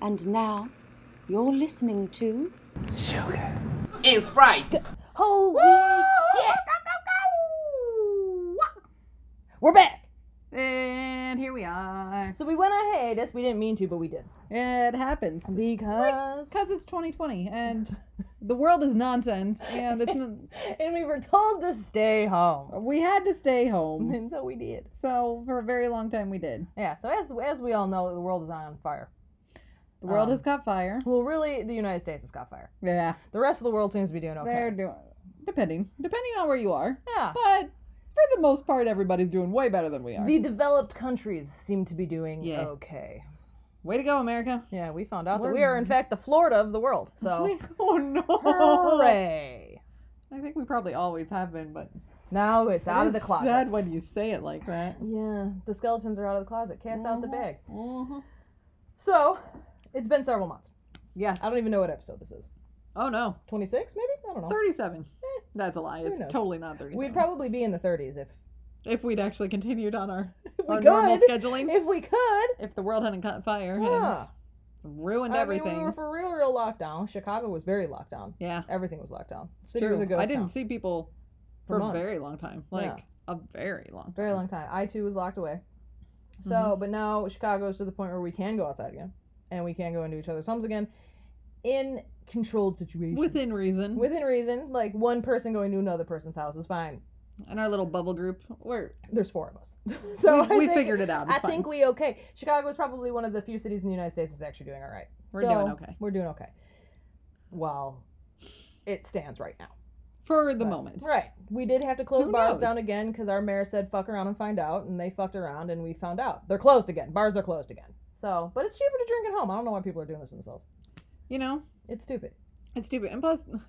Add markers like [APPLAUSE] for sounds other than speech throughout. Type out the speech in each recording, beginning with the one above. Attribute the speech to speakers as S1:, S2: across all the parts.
S1: And now, you're listening to.
S2: Sugar. It's right.
S3: Holy shit! We're back! And here we are.
S4: So we went ahead. Yes, we didn't mean to, but we did.
S3: It happens.
S4: Because.
S3: Because it's 2020
S4: [LAUGHS]
S3: and the world is nonsense and it's. N-
S4: and we were told to stay home. [LAUGHS]
S3: we had to stay home.
S4: And so we did.
S3: So for a very long time we did.
S4: Yeah, so as, as we all know, the world is on fire.
S3: The world
S4: Um,
S3: has caught fire.
S4: Well, really, the United States has got fire.
S3: Yeah.
S4: The rest of the world seems to be doing okay.
S3: They're doing. Depending. Depending on where you are.
S4: yeah.
S3: But for the most part, everybody's doing way better than we are.
S4: The developed countries seem to be doing
S3: Yeah.
S4: okay.
S3: Way to go, America.
S4: Yeah, we found out
S3: We're-
S4: that we are, in fact, the Florida of the world. [LAUGHS] So,
S3: oh no.
S4: hooray!
S3: I think we probably always have been, but
S4: Now it's out
S3: It
S4: of the
S3: is
S4: closet.
S3: Sad when you say it like that.
S4: Yeah, the skeletons are out of the closet. Cat's out the
S3: Mhm.
S4: bag. Mm-hmm. So, it's been several months.
S3: Yes.
S4: I don't even know what episode this is.
S3: Oh no.
S4: 26, maybe? I don't know.
S3: Thirty-seven. That's a
S4: Oh. Eh.
S3: lie.
S4: Who
S3: It's
S4: knows?
S3: totally not 37
S4: We'd probably be in the 30s if, [LAUGHS]
S3: if we'd actually continued on our,
S4: if [LAUGHS] we
S3: our
S4: could.
S3: normal scheduling.
S4: [LAUGHS] If we could.
S3: If the world hadn't caught fire
S4: Yeah.
S3: and ruined
S4: I mean,
S3: everything.
S4: we were for real, real locked down. Chicago was very locked down.
S3: yeah.
S4: Everything was locked down. City
S3: True.
S4: was a ghost
S3: I didn't
S4: town.
S3: see people
S4: For
S3: for, a
S4: months.
S3: very long time. Like a very long Mm-hmm. time.
S4: Very long time. I too was locked away. So, but now Chicago's to the point where we can go outside again, and we can go into each other's homes again, in controlled situations.
S3: Within reason.
S4: [LAUGHS] within reason, like one person going to another person's house is fine.
S3: and our little bubble group.
S4: [LAUGHS]
S3: We're
S4: There's four of us, so
S3: we,
S4: Oh, I
S3: we
S4: think-
S3: figured it out. It's
S4: I
S3: fine.
S4: think we okay. Chicago is probably one of the few cities in the United States that's actually doing all right.
S3: We're
S4: So,
S3: doing okay.
S4: We're doing okay. Well, it stands right now.
S3: for the
S4: But-
S3: moment.
S4: Right. We did have to close
S3: Who
S4: bars
S3: knows?
S4: down again because our mayor said fuck around and find out, and they fucked around and we found out. They're closed again. Bars are closed again. So, but it's cheaper to drink at home. I don't know why people are doing this to themselves.
S3: You know,
S4: It's stupid.
S3: It's stupid. And plus, [SIGHS] who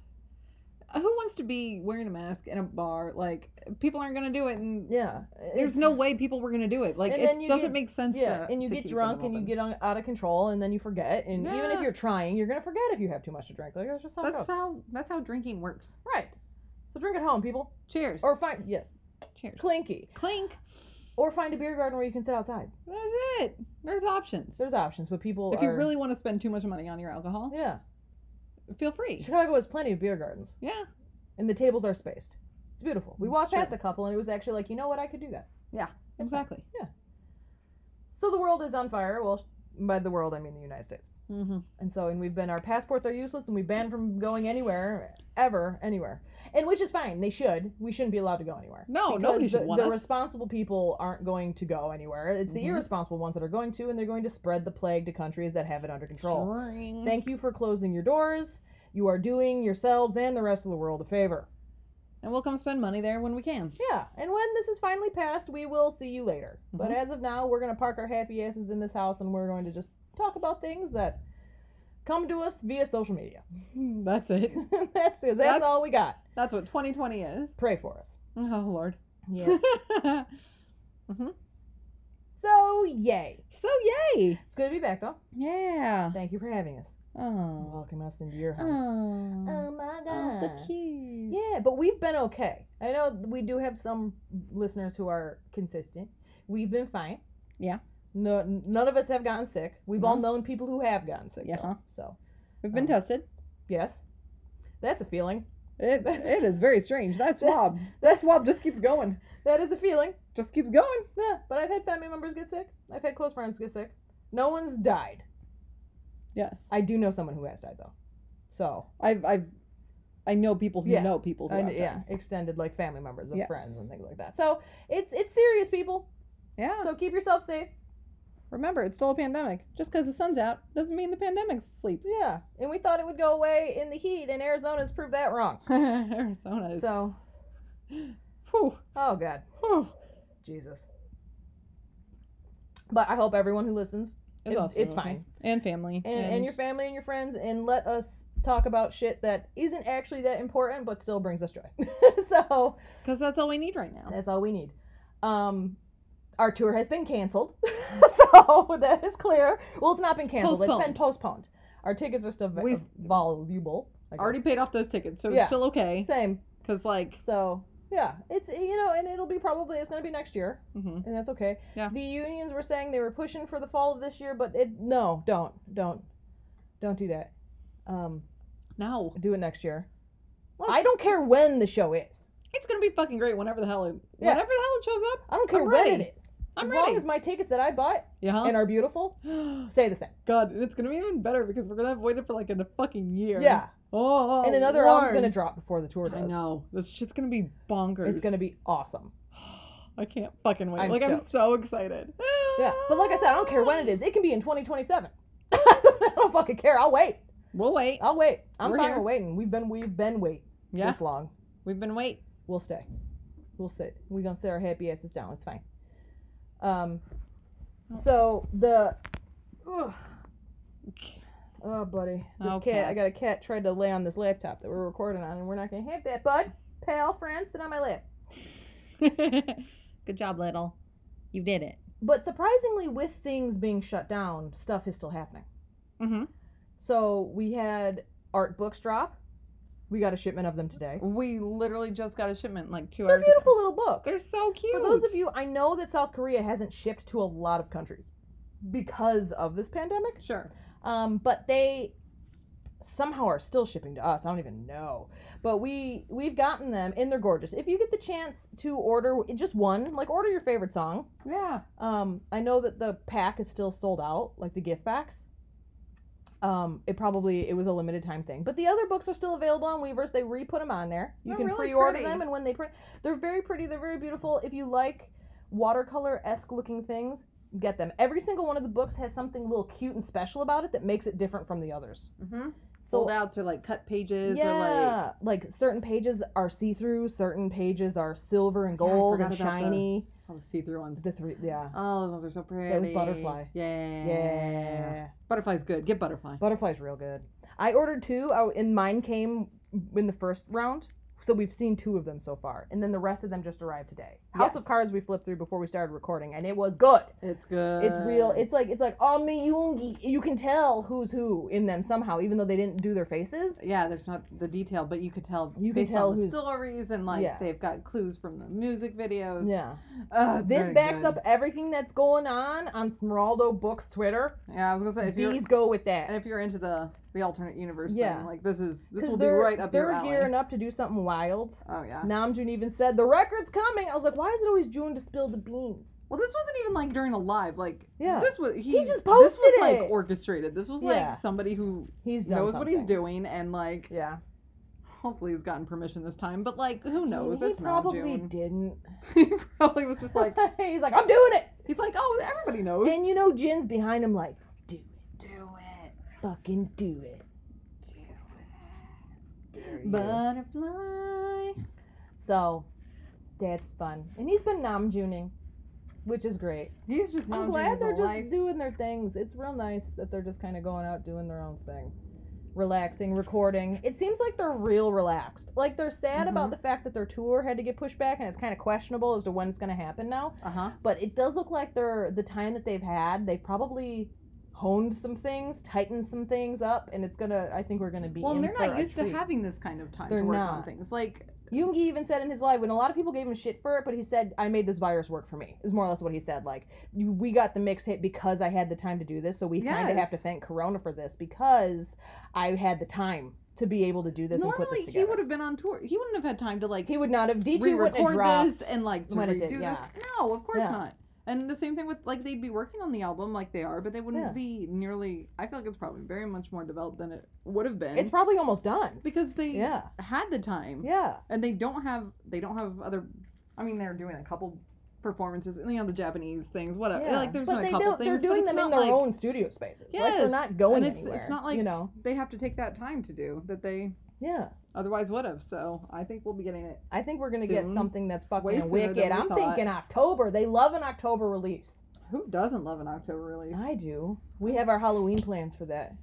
S3: wants to be wearing a mask in a bar? Like, people aren't going to do it. And
S4: Yeah.
S3: there's
S4: It's-
S3: no way people were going to do it. Like,
S4: And
S3: it
S4: then you
S3: doesn't
S4: get-
S3: make sense
S4: Yeah,
S3: to
S4: and you
S3: to
S4: get
S3: keep
S4: drunk
S3: them
S4: and you
S3: open.
S4: get on, out of control, and then you forget. And even if
S3: Yeah.
S4: you're trying, you're gonna forget if you have too much to drink. Like that's just how it
S3: That's
S4: goes.
S3: how, that's how drinking works.
S4: Right. So drink at home, people,
S3: Cheers.
S4: or find yes,
S3: Cheers.
S4: clinky,
S3: Clink.
S4: or find a beer garden where you can sit outside.
S3: There's it. There's options.
S4: There's options, but people
S3: if you
S4: are-
S3: really want to spend too much money on your alcohol,
S4: yeah,
S3: feel free.
S4: Chicago has plenty of beer gardens.
S3: Yeah.
S4: and the tables are spaced. It's beautiful. We
S3: It's
S4: walked
S3: true.
S4: past a couple, and it was actually like, you know what, I could do that. fine.
S3: Exactly.
S4: So the world is on fire. Well, by the world, I mean the United States.
S3: Mm-hmm.
S4: And so, and we've been, our passports are useless, and we banned from going anywhere, ever, anywhere. And which is fine. They should. We shouldn't be allowed to go anywhere.
S3: Oh, No,
S4: Because
S3: nobody should
S4: the,
S3: want
S4: the
S3: us.
S4: responsible people aren't going to go anywhere. It's the
S3: Mhm.
S4: irresponsible ones that are going to, and they're going to spread the plague to countries that have it under control. Thank you for closing your doors. You are doing yourselves and the rest of the world a favor.
S3: And we'll come spend money there when we can.
S4: Yeah, and when this is finally passed, we will see you later. But
S3: Mhm.
S4: as of now, we're going to park our happy asses in this house and we're going to just talk about things that come to us via social media. [LAUGHS]
S3: That's it.
S4: [LAUGHS] that's, it. that's
S3: That's-
S4: all we got.
S3: That's what 2020 is.
S4: Pray for us.
S3: Oh, [LAUGHS] Lord.
S4: Yeah. [LAUGHS] so, yay.
S3: so, yay.
S4: It's good to be back, though.
S3: Yeah.
S4: Thank you for having us.
S3: Oh.
S4: Welcome us into your house.
S3: Oh.
S4: oh my god.
S3: Oh, so cute.
S4: Yeah, but we've been okay. I know we do have some listeners who are consistent. We've been fine.
S3: Yeah.
S4: No, none of us have gotten sick. We've all
S3: No.
S4: known people who have gotten sick.
S3: Yeah.
S4: though. So
S3: We've been
S4: Oh.
S3: tested.
S4: yes, that's a feeling.
S3: It,
S4: That's-
S3: it is very strange.
S4: [LAUGHS]
S3: That swab. that swab just keeps going.
S4: That is a feeling.
S3: Just keeps going.
S4: Yeah. But I've had family members get sick. I've had close friends get sick. No one's died.
S3: Yes.
S4: I do know someone who has died though. So
S3: I've, I've, I know people who
S4: Yeah.
S3: know people who
S4: and,
S3: have
S4: yeah,
S3: done.
S4: extended like family members and
S3: Oh, Yes.
S4: friends and things like that. So it's it's serious, people.
S3: Yeah.
S4: So keep yourself safe.
S3: Remember, it's still a pandemic. Just because the sun's out doesn't mean the
S4: [LAUGHS]
S3: pandemic's asleep.
S4: Yeah. And we thought it would go away in the heat, and Arizona's proved that [LAUGHS] wrong.
S3: Arizona is.
S4: So
S3: Whew,
S4: oh god,
S3: whew.
S4: Jesus. But I hope everyone who listens
S3: It's,
S4: It's-
S3: also
S4: it's
S3: okay.
S4: fine.
S3: And family.
S4: and, and your family and your friends and let us talk about shit that isn't actually that important but still brings us joy [LAUGHS] so
S3: Because that's all we need right now.
S4: that's all we need um our tour has been canceled [LAUGHS] so [LAUGHS] that is clear well it's not been canceled it's been postponed our tickets are still
S3: We-
S4: we, valuable I guess.
S3: Already paid off those tickets, so
S4: Yeah.
S3: it's still okay.
S4: same
S3: Because, like,
S4: so yeah it's eh, you know and it'll be probably it's gonna be next year
S3: mhm.
S4: and that's okay
S3: Yeah.
S4: the unions were saying they were pushing for the fall of this year but it no don't don't Don't do that. Um,
S3: No.
S4: do it next year.
S3: What?
S4: I don't care when the show is.
S3: It's gonna be fucking great whenever the hell it
S4: Yeah.
S3: whenever the hell it shows up.
S4: I don't care
S3: I'm
S4: when
S3: ready.
S4: it is.
S3: I'm
S4: as
S3: ready. Oh.
S4: long as my tickets that I bought
S3: yeah.
S4: and are beautiful stay the same.
S3: [GASPS] God, and it's gonna be even better because we're gonna have waited for like a fucking year.
S4: Yeah.
S3: Oh.
S4: and another
S3: Lord.
S4: album's gonna drop before the tour does.
S3: I know this shit's gonna be bonkers.
S4: It's gonna be awesome.
S3: I can't fucking wait.
S4: I'm
S3: like I'm
S4: stoked.
S3: so excited.
S4: Yeah. But like I said, I don't care when it is. It can be in 2027. [LAUGHS] I don't fucking care. I'll wait.
S3: [LAUGHS] We'll wait.
S4: I'll wait. I'm
S3: We're
S4: fine
S3: here.
S4: with waiting. We've been we've been waiting
S3: Yeah.
S4: this long.
S3: We've been [LAUGHS] wait.
S4: We'll stay. We'll sit. We're gonna sit our happy asses down. It's fine. Um
S3: Oh.
S4: so the ugh. Oh buddy. This
S3: Oh,
S4: cat, I
S3: cat.
S4: got a cat tried to lay on this laptop that we're recording on and we're not gonna have that, bud. Pal friend, sit on my lap.
S3: Good job, little. You did it.
S4: But surprisingly with things being shut down, stuff is still happening.
S3: Mm-hmm.
S4: So we had art books drop. We got a shipment of them today.
S3: We literally just got a shipment like two
S4: They're
S3: hours. ago.
S4: beautiful little books.
S3: They're so cute.
S4: For those of you, I know that South Korea hasn't shipped to a lot of countries because of this pandemic,
S3: sure.
S4: um, but they somehow are still shipping to us. I don't even know, but we we've gotten them and they're gorgeous. If you get the chance to order just one, like order your favorite song.
S3: Yeah.
S4: Um, I know that the pack is still sold out, like the gift packs. Um, it probably it was a limited time thing, but the other books are still available on Weavers. They re put them on there. You
S3: They're
S4: can
S3: really
S4: pre-order
S3: pretty.
S4: them, and when they print, they're very pretty. They're very beautiful. If you like watercolor esque looking things, get them. Every single one of the books has something little cute and special about it that makes it different from the others.
S3: Mm-hmm.
S4: So
S3: Sold outs or like cut pages or
S4: yeah, like, certain pages are see through, certain pages are silver and
S3: Yeah, I
S4: gold and
S3: forgot about those.
S4: shiny.
S3: like all the see-through ones.
S4: The three, yeah,
S3: Oh, those ones are so pretty.
S4: was butterfly.
S3: Yeah.
S4: yeah.
S3: Butterfly's good. Get butterfly.
S4: Butterfly's real good. I ordered two, I, and mine came in the first round. So we've seen two of them so far, and then the rest of them just arrived today. House of
S3: Yes.
S4: Cards we flipped through before we started recording, and it was good.
S3: It's good.
S4: it's real. It's like it's like oh Miyungi. You can tell who's who in them somehow, even though they didn't do their faces.
S3: yeah. There's not the detail, but you could tell.
S4: You can
S3: based
S4: tell
S3: on the
S4: who's-
S3: stories and like
S4: Yeah.
S3: they've got clues from the music videos.
S4: Yeah.
S3: Ugh, it's
S4: This
S3: very
S4: backs
S3: good.
S4: up everything that's going on on Smeraldo Books Twitter.
S3: Yeah, I was gonna say if you're
S4: These go with that.
S3: and if you're into the the alternate universe
S4: Yeah.
S3: thing, like this is this
S4: 'Cause
S3: will be
S4: they're-
S3: right up your
S4: They're
S3: alley.
S4: gearing up to do something wild.
S3: oh yeah.
S4: Namjoon even said the record's coming. I was like, why is it always June to spill the beans?
S3: Well, this wasn't even like during a live. Like
S4: Yeah.
S3: this was he,
S4: just
S3: This was
S4: posted
S3: like
S4: it.
S3: orchestrated. This was
S4: Yeah.
S3: like somebody who
S4: He's done
S3: knows what he's
S4: something.
S3: doing and like
S4: Yeah,
S3: hopefully he's gotten permission this time. But like who knows?
S4: He
S3: It's
S4: probably [LAUGHS]
S3: Namjoon.
S4: didn't.
S3: [LAUGHS] he probably was just like
S4: he's like, I'm doing it.
S3: he's like oh everybody knows.
S4: And you know, Jin's behind him, like, do it,
S3: do it.
S4: fucking do it.
S3: Butterfly.
S4: So, that's fun. And he's been Namjooning, which is great.
S3: He's just.
S4: I'm
S3: Namjoon
S4: glad
S3: his
S4: they're
S3: whole
S4: just
S3: life.
S4: doing their things. It's real nice that they're just kind of going out doing their own thing. Relaxing, recording. It seems like they're real relaxed. Like they're sad about the fact that their tour had to get pushed back, and it's kind of questionable as to when it's going to happen now.
S3: Uh huh.
S4: But it does look like they're the time that they've had, they've probably honed some things, tightened some things up, and it's gonna. I think we're gonna be.
S3: Well,
S4: in
S3: and they're
S4: for
S3: not
S4: a
S3: used to
S4: treat.
S3: having this kind of time
S4: They're
S3: to work on
S4: not.
S3: things. Like
S4: Yoongi even said in his live when a lot of people gave him shit for it, but he said, "I made this virus work for me." Is more or less what he said. Like, you- we got the mixtape because I had the time to do this, so we kind of have
S3: Yes.
S4: to thank Corona for this because I had the time to be able to do this and put
S3: normally
S4: this
S3: he
S4: together.
S3: would have been on tour. He wouldn't have had time to like
S4: He would not have DT would have
S3: re-record
S4: dropped.
S3: this and like to
S4: when it
S3: redo
S4: did,
S3: this.
S4: yeah.
S3: No, of course
S4: Yeah.
S3: not. And the same thing with like they'd be working on the album like they are, but they wouldn't
S4: Yeah.
S3: be nearly. I feel like it's probably very much more developed than it would have been.
S4: it's probably almost done.
S3: because they
S4: Yeah,
S3: had the time,
S4: yeah.
S3: and they don't have they don't have other. I mean, they're doing a couple performances, you know, the Japanese things, whatever.
S4: Yeah.
S3: Like there's
S4: but
S3: been
S4: they
S3: a couple
S4: do-
S3: things. but
S4: They're doing
S3: it's
S4: them in
S3: not,
S4: their
S3: like-
S4: own studio spaces. Like they're
S3: Yes,
S4: not going
S3: and it's-
S4: anywhere.
S3: it's not like-
S4: you know.
S3: They have to take that time to do that they
S4: Yeah,
S3: otherwise would have. So I think we'll be getting it.
S4: I think we're gonna get
S3: Soon.
S4: something that's
S3: Way
S4: fucking
S3: sooner than
S4: wicked.
S3: we
S4: I'm
S3: thought.
S4: thinking October. They love an October release.
S3: Who doesn't love an October release?
S4: I do. We have our Halloween plans for that.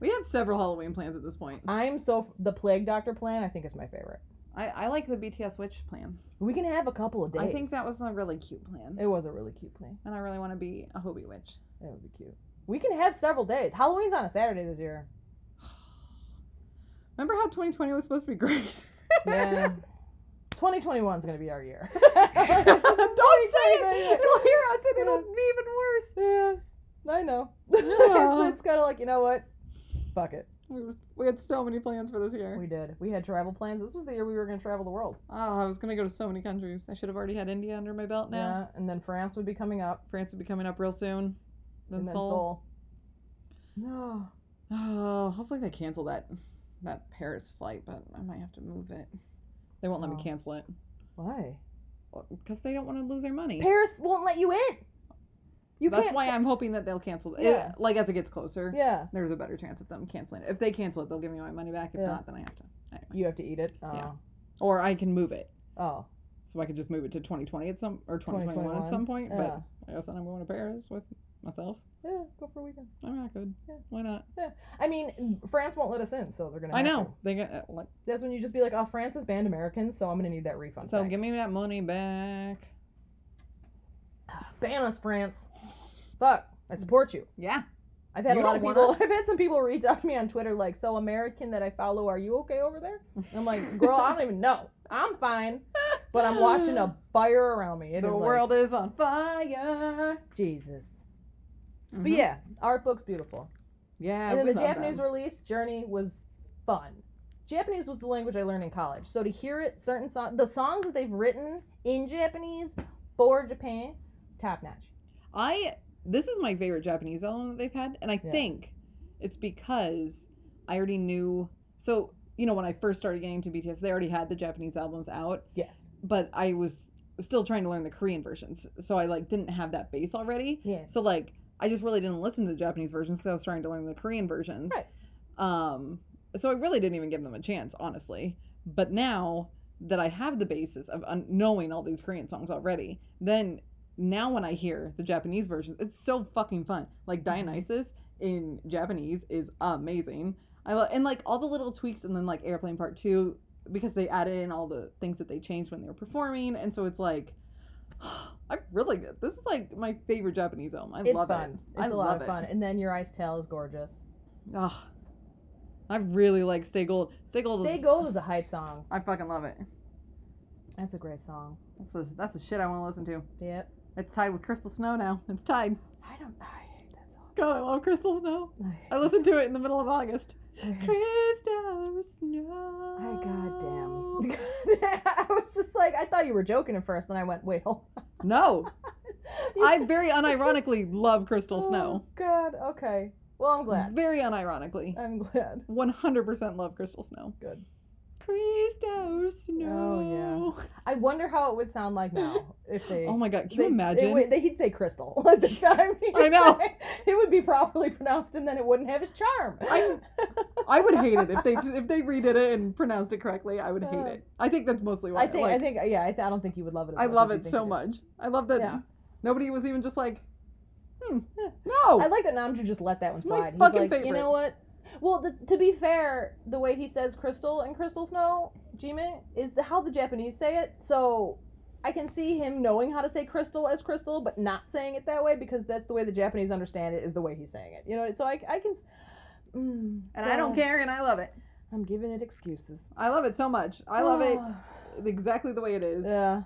S3: We have several Halloween plans at this point.
S4: I'm so the Plague Doctor plan. I think is my favorite.
S3: I, I like the BTS witch plan.
S4: We can have a couple of days.
S3: I think that was a really cute plan.
S4: it was a really cute plan.
S3: and I really want to be a Hobie witch.
S4: That would be cute. We can have several days. Halloween's on a Saturday this [LAUGHS] year.
S3: Remember how 2020 was supposed to be great?
S4: Yeah. 2021 is gonna be our year. [LAUGHS]
S3: Don't say [LAUGHS] it. It'll hear us and it'll
S4: Yeah.
S3: be even worse.
S4: Yeah, I know. [LAUGHS]
S3: Yeah.
S4: so it's kind of like you know what? Fuck it.
S3: We, were, we had so many plans for this year.
S4: We did. We had travel plans. This was the year we were going to travel the world.
S3: oh, I was gonna go to so many countries. I should have already had India under my belt now.
S4: Yeah, and then France would be coming up.
S3: France would be coming up real soon. Then,
S4: and then
S3: Seoul.
S4: Seoul. No.
S3: Oh, hopefully they cancel that that Paris flight, but I might have to move it. They won't let
S4: Oh.
S3: me cancel it
S4: Why?
S3: because they don't want to lose their money.
S4: Paris won't let you in. You
S3: That's
S4: can't.
S3: why I'm hoping that they'll cancel it.
S4: Yeah.
S3: Like as it gets closer,
S4: Yeah.
S3: there's a better chance of them canceling it. If they cancel it, they'll give me my money back. If
S4: Yeah.
S3: not, then I have to. Anyway.
S4: You have to eat it. Oh.
S3: Yeah. Or I can move it,
S4: Oh.
S3: so I could just move it to 2020 at some or 2021, at some point.
S4: Yeah.
S3: But I guess then I'm going to Paris with myself.
S4: yeah. Go for a weekend.
S3: I'm not good.
S4: Yeah.
S3: Why not?
S4: I mean, France won't let us in, so they're gonna.
S3: I
S4: have
S3: know
S4: to.
S3: they get uh, like.
S4: That's when you just be like, "Oh, France has banned Americans, so I'm gonna need that refund."
S3: So
S4: Thanks.
S3: give me that money back.
S4: ban us, France. Fuck. I support you.
S3: Yeah.
S4: I've had
S3: You
S4: a lot of
S3: don't want
S4: people.
S3: us.
S4: [LAUGHS] I've had some people reach out to me on Twitter like, "So American that I follow, are you okay over there?" And I'm like, "Girl, I don't even know. I'm fine, but I'm watching
S3: [LAUGHS]
S4: a fire around me. It is
S3: the
S4: like,
S3: world is on
S4: fire, Jesus." But
S3: Mhm.
S4: yeah, art book's beautiful.
S3: yeah.
S4: and then
S3: we
S4: the
S3: love
S4: Japanese
S3: them.
S4: release, Journey, was fun. Japanese was the language I learned in college, so to hear it, certain songs, the songs that they've written in Japanese for Japan, top notch.
S3: I this is my favorite Japanese album that they've had, and I
S4: Yeah.
S3: think it's because I already knew. So you know, when I first started getting into BTS, they already had the Japanese albums out,
S4: Yes.
S3: but I was still trying to learn the Korean versions, so I like didn't have that base already.
S4: Yeah.
S3: So like, I just really didn't listen to the Japanese versions because I was trying to learn the Korean versions.
S4: Right.
S3: Um, so I really didn't even give them a chance, honestly. But now that I have the basis of un- knowing all these Korean songs already, then now when I hear the Japanese versions, it's so fucking fun. Like
S4: Mm-hmm.
S3: Dionysus in Japanese is amazing. I lo- and like all the little tweaks, and then like Airplane Part Two because they added in all the things that they changed when they were performing, and so it's like. [SIGHS] I really this is like my favorite Japanese album. I
S4: it's
S3: love
S4: fun.
S3: it.
S4: It's
S3: I
S4: a
S3: love
S4: lot of
S3: it.
S4: fun. And then Your Eyes Tell is gorgeous.
S3: Ugh. I really like Stay Gold. Stay Gold
S4: Stay
S3: is
S4: Gold is a hype song.
S3: I fucking love it.
S4: That's a great song.
S3: That's the that's the shit I want to listen to.
S4: Yep.
S3: It's tied with Crystal Snow now. It's tied.
S4: I don't. I hate that song.
S3: God, I love Crystal Snow. I listened to it in the middle of August.
S4: [LAUGHS]
S3: Crystal Snow.
S4: I goddamn. [LAUGHS] I was just like, I thought you were joking at first, and I went, wait, hold.
S3: [LAUGHS] No,
S4: You- [LAUGHS]
S3: I very unironically love Crystal
S4: Oh, [LAUGHS]
S3: Snow.
S4: God. Okay. Well, I'm glad.
S3: Very unironically.
S4: I'm glad.
S3: 100% love Crystal Snow.
S4: Good.
S3: Crystal Snow.
S4: Oh, I wonder how it would sound like now
S3: [GASPS]
S4: if they.
S3: Oh my god, can
S4: they-
S3: you
S4: It
S3: imagine?
S4: would, they, he'd say crystal [LAUGHS] at this time.
S3: [LAUGHS] I know.
S4: [LAUGHS] it would be properly pronounced, and then it wouldn't have his charm.
S3: [LAUGHS] I- I would hate it
S4: [LAUGHS]
S3: if they if they redid it and pronounced it correctly. I would hate it. I think that's mostly why.
S4: Uh, I think. I
S3: like,
S4: think. Yeah. I, th- I don't think you would love it. As
S3: I
S4: much
S3: love
S4: as you
S3: it
S4: think
S3: so
S4: is.
S3: much. I love that
S4: Yeah.
S3: nobody was even just like,
S4: [LAUGHS]
S3: hmm,
S4: Yeah.
S3: no.
S4: I like that Namju just let that one
S3: It's my
S4: slide. He's
S3: fucking
S4: like, you know
S3: favorite."
S4: what? Well, the, to be fair, the way he says crystal and crystal snow, Jimin, is the, how the Japanese say it. So I can see him knowing how to say crystal as crystal, but not saying it that way because that's the way the Japanese understand it is the way he's saying it. You know, so I, I can. s- Mm,
S3: and I don't
S4: God,
S3: care, and I love it.
S4: I'm giving it excuses.
S3: I love it so much. I love it
S4: Ah.
S3: exactly the way it
S4: [SIGHS]
S3: is.
S4: Yeah.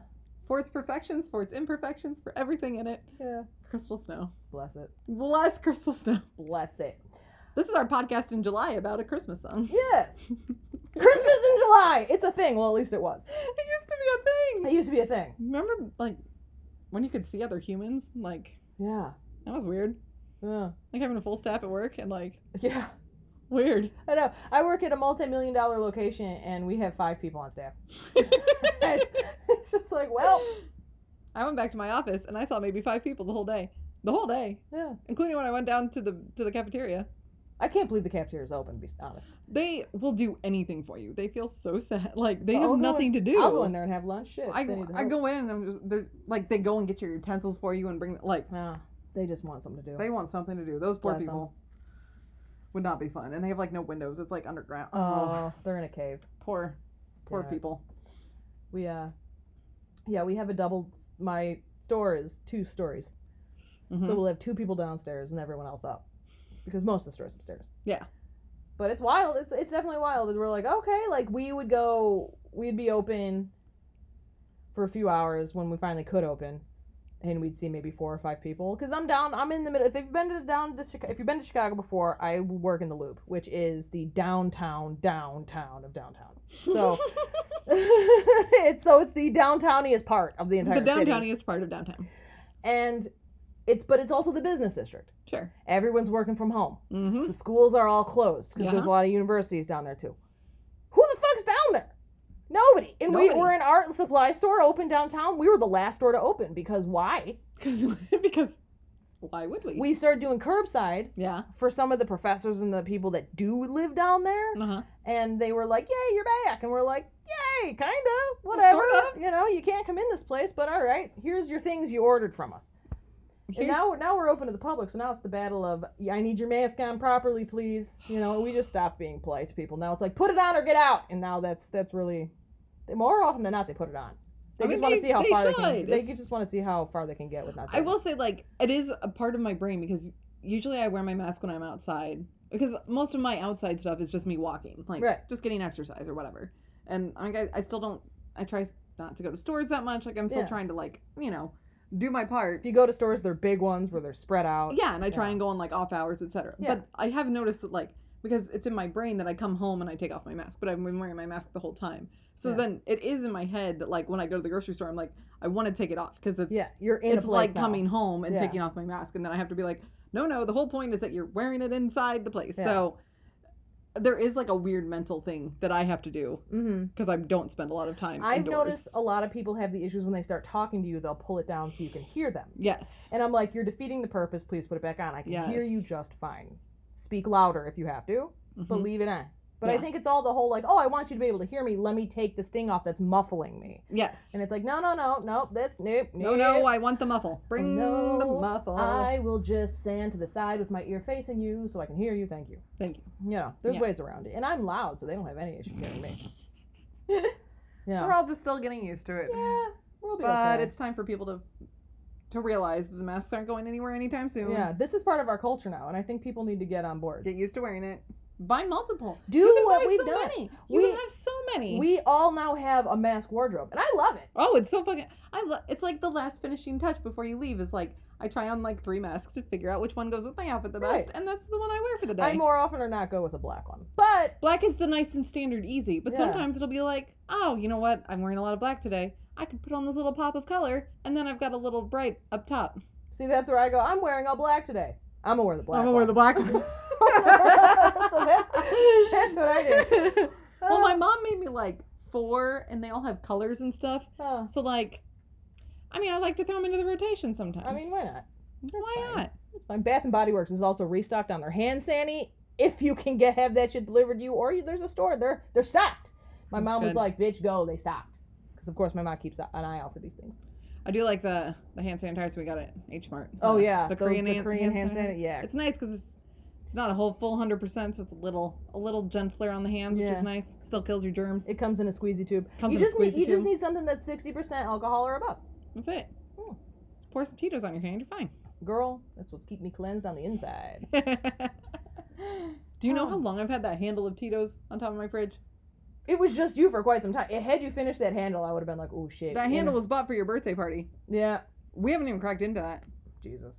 S3: For its perfections, for its imperfections, for everything in it.
S4: Yeah.
S3: Crystal Snow.
S4: Bless it.
S3: Bless Crystal Snow.
S4: Bless it.
S3: This is our podcast in July about a Christmas song.
S4: Yes. Christmas in July. It's a thing. Well, at least it was.
S3: [LAUGHS] It used to be a
S4: It
S3: thing.
S4: used to be a thing.
S3: Remember, like, when you could see other humans? Like,
S4: Yeah.
S3: that was weird.
S4: Yeah.
S3: Like having a full staff at work and like
S4: Yeah.
S3: weird.
S4: I know. I work at a multi-million dollar location, and we have five people on
S3: [LAUGHS]
S4: staff. it's, it's just like, well,
S3: I went back to my office and I saw maybe five people the whole day. The whole day.
S4: yeah.
S3: Including when I went down to the to the cafeteria.
S4: I can't believe the cafeteria is open. To be honest,
S3: They will do anything for you. They feel so sad. Like they
S4: I'll
S3: have
S4: go in-
S3: nothing to do.
S4: I'll go in there and have lunch. Shit,
S3: I,
S4: they need the
S3: I
S4: help.
S3: go in and I'm just they're like they go and get your utensils for you and bring like
S4: Yeah, they just want something to do.
S3: they want something to do. Those poor
S4: Bless 'em.
S3: people would not be fun. And they have like no windows. It's like underground.
S4: Oh, they're in a cave.
S3: poor poor
S4: Yeah.
S3: people.
S4: We uh, yeah, we have a double. My store is two stories,
S3: Mhm.
S4: so we'll have two people downstairs and everyone else up, because most of the store's upstairs.
S3: Yeah.
S4: But it's wild. It's it's definitely wild. And we're like, okay, like we would go, we'd be open for a few hours when we finally could open, and we'd see maybe four or five people. Because I'm down, I'm in the middle. If you've been to down to Chicago, if you've been to Chicago before, I work in the Loop, which is the downtown downtown of downtown. So
S3: [LAUGHS]
S4: [LAUGHS] it's so it's the downtowniest part of the entire
S3: the
S4: city,
S3: downtowniest part of downtown.
S4: and it's but it's also the business district.
S3: Sure.
S4: Everyone's working from home.
S3: Mm-hmm. [LAUGHS]
S4: The schools are all closed because there's a
S3: Uh-huh.
S4: lot of universities down there too. Who the fuck's down there? Nobody. And we
S3: Nobody.
S4: were an art supply store open downtown. We were the last store to open because why?
S3: Because [LAUGHS] because why would we?
S4: We started doing curbside
S3: yeah.
S4: for some of the professors and the people that do live down there,
S3: Uh huh.
S4: and they were like, "Yay, you're back!" And we're like, "Yay, kind of, whatever.
S3: sorta.
S4: You know, you can't come in this place, but all right, here's your things you ordered from us." And now, now we're open to the public, so now it's the battle of "Yeah, I need your mask on properly, please. You know, we just stopped being polite to people. Now it's like, put it on or get out. And now that's that's really more often than not they put it on. They
S3: I mean,
S4: just want to
S3: they-
S4: see how
S3: they
S4: far they
S3: should.
S4: can. They
S3: It's-
S4: just want to see how far they can get with not.
S3: I
S4: doing
S3: will
S4: it.
S3: say like it is a part of my brain because usually I wear my mask when I'm outside because most of my outside stuff is just me walking, like
S4: Right.
S3: just getting exercise or whatever. And I, I I still don't. I try s- not to go to stores that much. Like I'm still
S4: Yeah.
S3: trying to like you know do my part.
S4: If you go to stores, they're big ones where they're spread out.
S3: Yeah, and I try
S4: Yeah.
S3: and go on like off hours, etc.
S4: Yeah.
S3: But I have noticed that like because it's in my brain that I come home and I take off my mask, but I've been wearing my mask the whole time. So
S4: Yeah.
S3: then it is in my head that like when I go to the grocery store, I'm like I want to take it off because it's
S4: Yeah, you're in
S3: it's
S4: a place
S3: like
S4: now.
S3: coming home and
S4: Yeah.
S3: taking off my mask and then i have to be like no no the whole point is that you're wearing it inside the place so there is like a weird mental thing that i have to do
S4: hmm
S3: because i don't spend a lot of time
S4: I've
S3: indoors.
S4: noticed a lot of people have the issues when they start talking to you, they'll pull it down so you can hear them.
S3: yes
S4: And I'm like, you're defeating the purpose. Please put it back on. I can hear you
S3: Yes.
S4: just fine. Speak louder if you have to, but
S3: Mhm.
S4: leave it on. But I
S3: Yeah.
S4: think it's all the whole like, oh, I want you to be able to hear me. Let me take this thing off that's muffling me.
S3: yes
S4: And it's like, no, no, no, no, this, nope,
S3: no
S4: nope.
S3: no i want the muffle bring the
S4: No,
S3: muffle
S4: I will just stand to the side with my ear facing you so I can hear you. Thank you.
S3: thank you
S4: You know, there's
S3: Yeah.
S4: ways around it. And I'm loud, so they don't have any issues hearing
S3: [LAUGHS]
S4: me. yeah.
S3: we're all just still getting used to it
S4: yeah, we'll be
S3: but
S4: okay.
S3: it's time for people to to realize that the masks aren't going anywhere anytime soon
S4: Yeah, this is part of our culture now, and I think people need to get on board.
S3: get used to wearing it buy multiple
S4: Do
S3: You can
S4: what
S3: buy
S4: we've
S3: so
S4: done.
S3: many.
S4: We-
S3: you can have so many
S4: We all now have a mask wardrobe, and I love it.
S3: Oh, it's so fucking. I lo- it's like the last finishing touch before you leave is like I try on like three masks to figure out which one goes with my outfit the
S4: Right.
S3: best, and that's the one I wear for the day.
S4: I more often or not go with a black one, but
S3: black is the nice and standard easy, but
S4: Yeah.
S3: sometimes it'll be like, oh, you know what? I'm wearing a lot of black today. I could put on this little pop of color, and then I've got a little bright up top.
S4: see, that's where I go. I'm wearing all black today. I'm gonna wear the black. one.
S3: black.
S4: [LAUGHS] So that's- that's what I
S3: do. [LAUGHS] well, my mom made me like four, and they all have colors and stuff.
S4: [LAUGHS] Huh.
S3: So like, I mean, I like to throw them into the rotation sometimes.
S4: I mean, why not?
S3: why
S4: fine.
S3: not?
S4: It's fine. Bath and Body Works is also restocked on their hand sandy. If you can get have that shit delivered to you, or you, there's a store, they're they're stocked. My
S3: That's
S4: mom was
S3: good.
S4: like, "Bitch, go!" They stocked because of course my mom keeps an eye out for these things.
S3: I do like the the hand sanitizer we got at H Mart.
S4: Oh yeah,
S3: the
S4: those-
S3: Korean,
S4: the
S3: hand,
S4: Korean hand
S3: hand sanitizer.
S4: sanitizer. Yeah,
S3: It's nice because it's it's not a whole full hundred percent, so it's a little a little gentler on the hands, which
S4: Yeah.
S3: is nice. Still kills your germs.
S4: It comes in a squeezy tube.
S3: Comes
S4: you
S3: in a
S4: just need
S3: squeezy
S4: you just
S3: tube.
S4: need something that's sixty percent alcohol or above.
S3: That's it.
S4: Hmm.
S3: Pour some Tito's on your hand, you're fine. [LAUGHS]
S4: Girl, that's what's keeping me cleansed on the inside.
S3: do you know
S4: Oh.
S3: how long I've had that handle of Tito's on top of my fridge?
S4: It was just you for quite some time. Eh, Had you finished that handle, I would have been like, oh shit.
S3: That handle was bought for your birthday party.
S4: Yeah.
S3: We haven't even cracked into that.
S4: Jesus.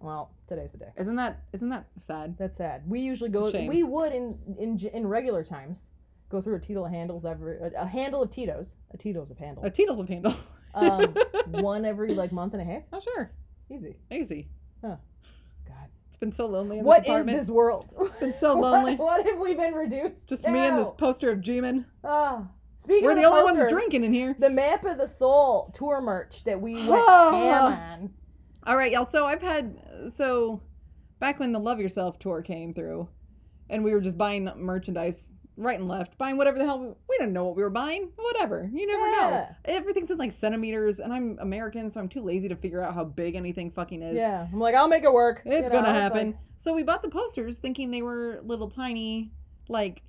S4: Well, today's the day.
S3: Isn't that isn't that sad?
S4: That's sad. We usually
S3: a
S4: go.
S3: shame.
S4: We would in in j- in regular times go through a Tito handles every a, a handle of Tito's a Tito's of
S3: [LAUGHS]
S4: handle
S3: A Tito's
S4: [LAUGHS]
S3: of handle.
S4: um, one every like month and a half.
S3: oh sure,
S4: Easy.
S3: easy.
S4: God.
S3: It's been so lonely in
S4: What is
S3: this apartment.
S4: this world?
S3: It's been so lonely.
S4: [LAUGHS] what, what have we been reduced?
S3: Just me and this
S4: to?
S3: poster of G-Man.
S4: Ah, speaking
S3: We're
S4: of
S3: the, only ones
S4: posters,
S3: drinking in here.
S4: The map of the soul tour merch that we went
S3: [SIGHS] Oh.
S4: ham on.
S3: All right, y'all. So I've had so back when the Love Yourself tour came through, and we were just buying merchandise right and left, buying whatever the hell we, we didn't know what we were buying. Whatever, you never
S4: Yeah.
S3: know. Everything's in like centimeters, and I'm American, so I'm too lazy to figure out how big anything fucking is.
S4: Yeah, I'm like, I'll make it work.
S3: it's
S4: You know,
S3: gonna
S4: it's
S3: happen.
S4: like
S3: So we bought the posters, thinking they were little tiny, like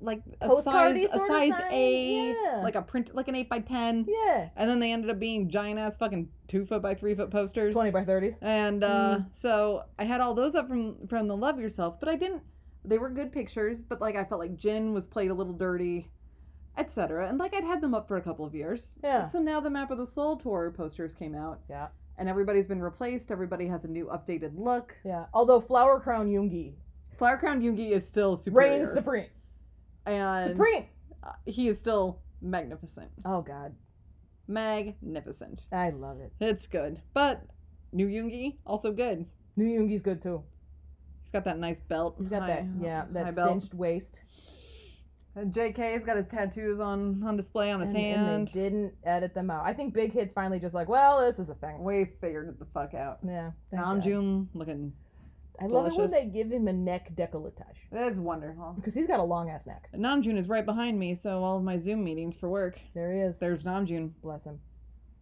S3: like a size,
S4: Postcardy
S3: a
S4: sorta
S3: size
S4: sign?
S3: A,
S4: Yeah.
S3: like a print, like an eight by ten.
S4: yeah,
S3: And then they ended up being giant ass fucking two foot by three foot posters.
S4: twenty Mm-hmm. by thirties.
S3: And uh, so I had all those up from from the Love Yourself, but I didn't. They were good pictures, but like I felt like Jin was played a little dirty, etc. And like I'd had them up for a couple of years.
S4: Yeah.
S3: So now the Map of the Soul tour posters came out.
S4: Yeah.
S3: and everybody's been replaced. Everybody has a new updated look.
S4: Yeah. Although Flower Crown Yoongi
S3: Flower Crown Yugi is still
S4: reigns
S3: superior,
S4: supreme.
S3: and
S4: Supreme.
S3: uh, he is still magnificent,
S4: Oh God,
S3: magnificent.
S4: I love it.
S3: It's good, but new Yungi also good.
S4: New Yoongi's good too.
S3: He's got that nice belt.
S4: He's got that,
S3: high-
S4: yeah,
S3: high
S4: that
S3: belt.
S4: cinched waist.
S3: And JK's got his tattoos on on display on his
S4: and,
S3: hand.
S4: and they didn't edit them out. I think Big Hit's finally just like, well, this is a thing.
S3: We figured it the fuck out.
S4: Yeah. thank God.
S3: Namjoon looking.
S4: I love it when
S3: delicious.
S4: they give him a neck décolletage
S3: That's wonderful.
S4: because he's got a long ass neck.
S3: Namjoon is right behind me, so all of my Zoom meetings for work.
S4: There he is.
S3: There's Namjoon.
S4: Bless him.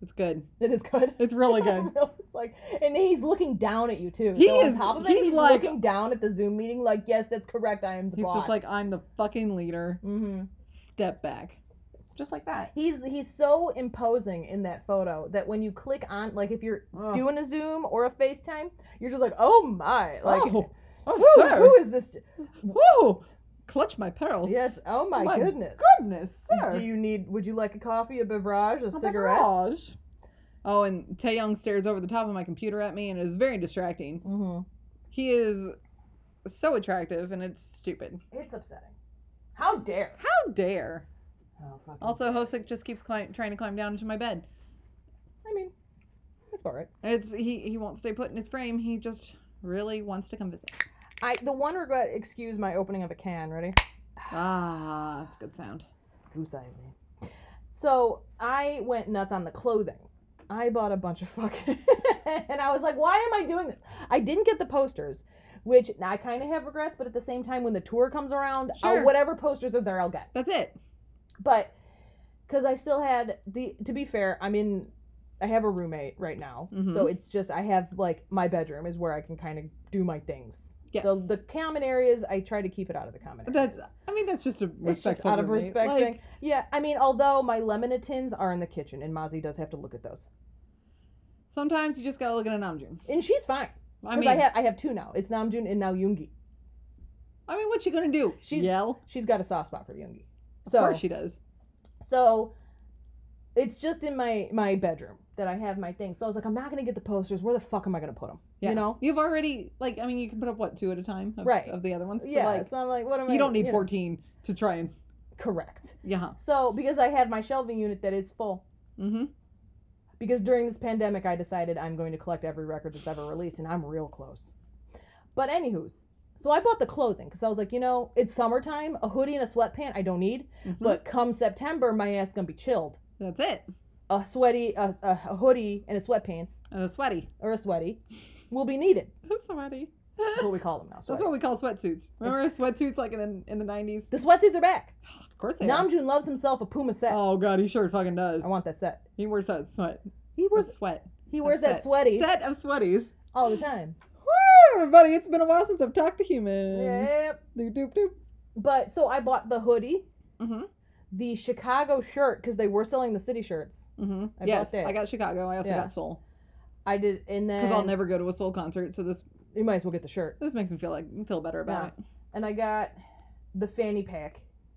S3: It's good.
S4: It is good.
S3: It's
S4: [LAUGHS]
S3: really good.
S4: it's like, and he's looking down at you too.
S3: He
S4: so
S3: is-
S4: on top of it,
S3: he's
S4: he's,
S3: like-
S4: looking down at the Zoom meeting, like, yes, that's correct. I am the
S3: He's
S4: boss.
S3: just like, I'm [LAUGHS] the fucking leader.
S4: mm-hmm.
S3: Step back. Just like that.
S4: He's he's so imposing in that photo that when you click on, like, if you're
S3: Ugh.
S4: doing a Zoom or a FaceTime, you're just like, oh my, like,
S3: oh, [LAUGHS] oh
S4: who,
S3: sir.
S4: who is this?
S3: Woo! Clutch my pearls.
S4: Yeah, it's, oh my,
S3: My
S4: goodness.
S3: Goodness, sir.
S4: Do you need? Would you like a coffee, a beverage, a
S3: A
S4: cigarette?
S3: beverage. Oh, and Taeyong stares over the top of my computer at me and it is very distracting.
S4: Mm-hmm.
S3: He is so attractive and it's stupid.
S4: It's upsetting. How dare?
S3: How dare?
S4: Oh, fucking
S3: Also, Hosek just keeps cli- trying to climb down into my bed.
S4: I mean, that's about right.
S3: It's he he won't stay put in his frame. He just really wants to
S4: [SIGHS]
S3: come visit.
S4: I the one regret. Excuse my opening of a can. Ready?
S3: Ah, that's a good sound.
S4: Goose ivy. So I went nuts on the clothing. I bought a bunch of fucking, [LAUGHS] and I was like, why am I doing this? I didn't get the posters, which I kind of have regrets. But at the same time, when the tour comes around, I'll-
S3: Sure.
S4: whatever posters are there, I'll get.
S3: That's it.
S4: but because I still had the to be fair, I'm in I have a roommate right now,
S3: Mhm.
S4: so it's just I have like my bedroom is where I can kind of do my things.
S3: Yes.
S4: The the common areas I try to keep it out of the common areas.
S3: that's I mean that's just a respectful
S4: it's just out of
S3: roommate.
S4: respect
S3: Like,
S4: thing. Yeah, I mean, although my lemonade tins are in the kitchen, and Mozzie does have to look at those,
S3: Sometimes you just gotta look at a Namjoon.
S4: and she's fine.
S3: I
S4: 'Cause
S3: mean,
S4: I have I have two now. It's Namjoon and now Yoongi.
S3: I mean, what's she gonna do?
S4: She's-
S3: yell.
S4: She's got a soft spot for Yoongi.
S3: Of
S4: So
S3: course she does.
S4: So it's just in my my bedroom that I have my thing. So I was like, I'm not gonna get the posters. Where the fuck am I gonna put them?
S3: Yeah.
S4: You know?
S3: you've already like I mean, you can put up what two at a time, of,
S4: Right.
S3: Of the other ones. So,
S4: yeah.
S3: like,
S4: so I'm like, what am I?
S3: you don't need
S4: know?
S3: 14 to try and
S4: Correct.
S3: yeah.
S4: So because I have my shelving unit that is full.
S3: Mm-hmm.
S4: Because during this pandemic, I decided I'm going to collect every record that's ever released, and I'm real close. But anywho's, so I bought the clothing because I was like, you know, it's summertime. A hoodie and a sweatpant I don't need,
S3: Mm-hmm.
S4: but come September, my ass gonna be chilled.
S3: that's it.
S4: A sweaty, a, a, a hoodie and a sweatpants
S3: And a [LAUGHS] sweaty.
S4: or a sweaty will be needed.
S3: sweaty.
S4: That's what we call them now.
S3: [LAUGHS] That's what we call sweatsuits. Remember sweatsuits like in the, in the 90s?
S4: The sweatsuits are back.
S3: Of course they are.
S4: Namjoon loves himself a Puma set.
S3: Oh god, he sure fucking does.
S4: I want that set.
S3: He wears that sweat.
S4: He
S3: Wears
S4: wears
S3: sweat.
S4: he wears that sweaty
S3: set of sweaties.
S4: all the time.
S3: Woo, everybody, it's been a while since I've talked to humans.
S4: Yep.
S3: Doop doop doop.
S4: But so I bought the hoodie,
S3: Mhm.
S4: the Chicago shirt because they were selling the city shirts.
S3: Mhm.
S4: I
S3: yes,
S4: bought that.
S3: I got Chicago. I also
S4: Yeah.
S3: got Soul
S4: I did, and then
S3: because I'll never go to a Soul concert, so this
S4: You might as well get the shirt.
S3: this makes me feel like feel better about
S4: And I got the fanny pack.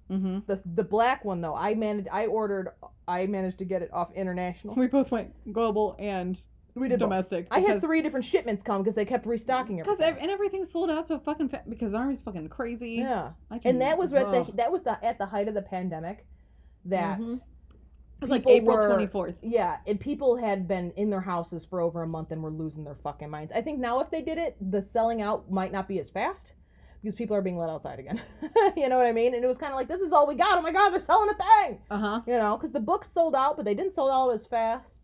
S3: it. Mhm.
S4: The the black one though. I managed. I ordered. I managed to get it off
S3: [LAUGHS]
S4: international.
S3: We both went global and
S4: We did. both.
S3: domestic.
S4: I had
S3: because-
S4: three different shipments come because they kept restocking
S3: Because
S4: everything.
S3: ev- and everything's sold out so fucking fast because Army's fucking crazy.
S4: yeah.
S3: I can,
S4: and that was right
S3: ugh.
S4: the, that was the at the height of the pandemic that
S3: Mhm. It was like
S4: people
S3: April
S4: were-
S3: 24th.
S4: yeah and people had been in their houses for over a month and were losing their fucking minds i think now if they did it the selling out might not be as fast because people are being let outside again [LAUGHS] you know what i mean and it was kind of like this is all we got oh my god they're selling a thing
S3: Uh huh.
S4: you know because the books sold out but they didn't sold out as fast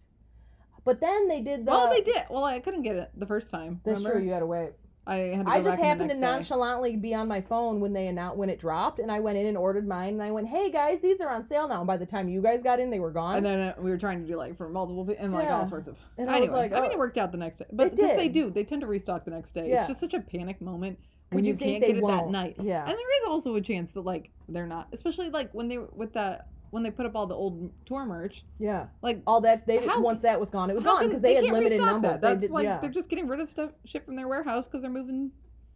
S4: but then they did the
S3: well, they did. Well, I couldn't get it the first time.
S4: that's
S3: remember?
S4: true you had to wait
S3: I had to go
S4: I just
S3: back
S4: happened
S3: the
S4: to
S3: next day.
S4: nonchalantly be on my phone when they announced when it dropped, and I went in and ordered mine, and I went, "Hey guys, these are on sale now." And by the time you guys got in, they were gone.
S3: And then uh, we were trying to do like for multiple people and like
S4: Yeah.
S3: all sorts of.
S4: And I
S3: anyway,
S4: was like,
S3: I mean,
S4: oh.
S3: it worked out the next day, but because they
S4: did.
S3: do, they tend to restock the next day.
S4: Yeah.
S3: It's just such a panic moment
S4: 'Cause
S3: when you,
S4: think
S3: can't
S4: they
S3: get it that
S4: won't.
S3: night.
S4: yeah,
S3: And there is also a chance that like they're not, especially like when they were with that when they put up all the old tour merch.
S4: yeah.
S3: Like
S4: All that they
S3: How-
S4: once that was gone, it was
S3: how
S4: gone
S3: can-
S4: because they, had
S3: can't
S4: limited
S3: restock
S4: numbers.
S3: That. That's
S4: they did,
S3: like
S4: yeah.
S3: they're just getting rid of stuff shit from their warehouse because they're moving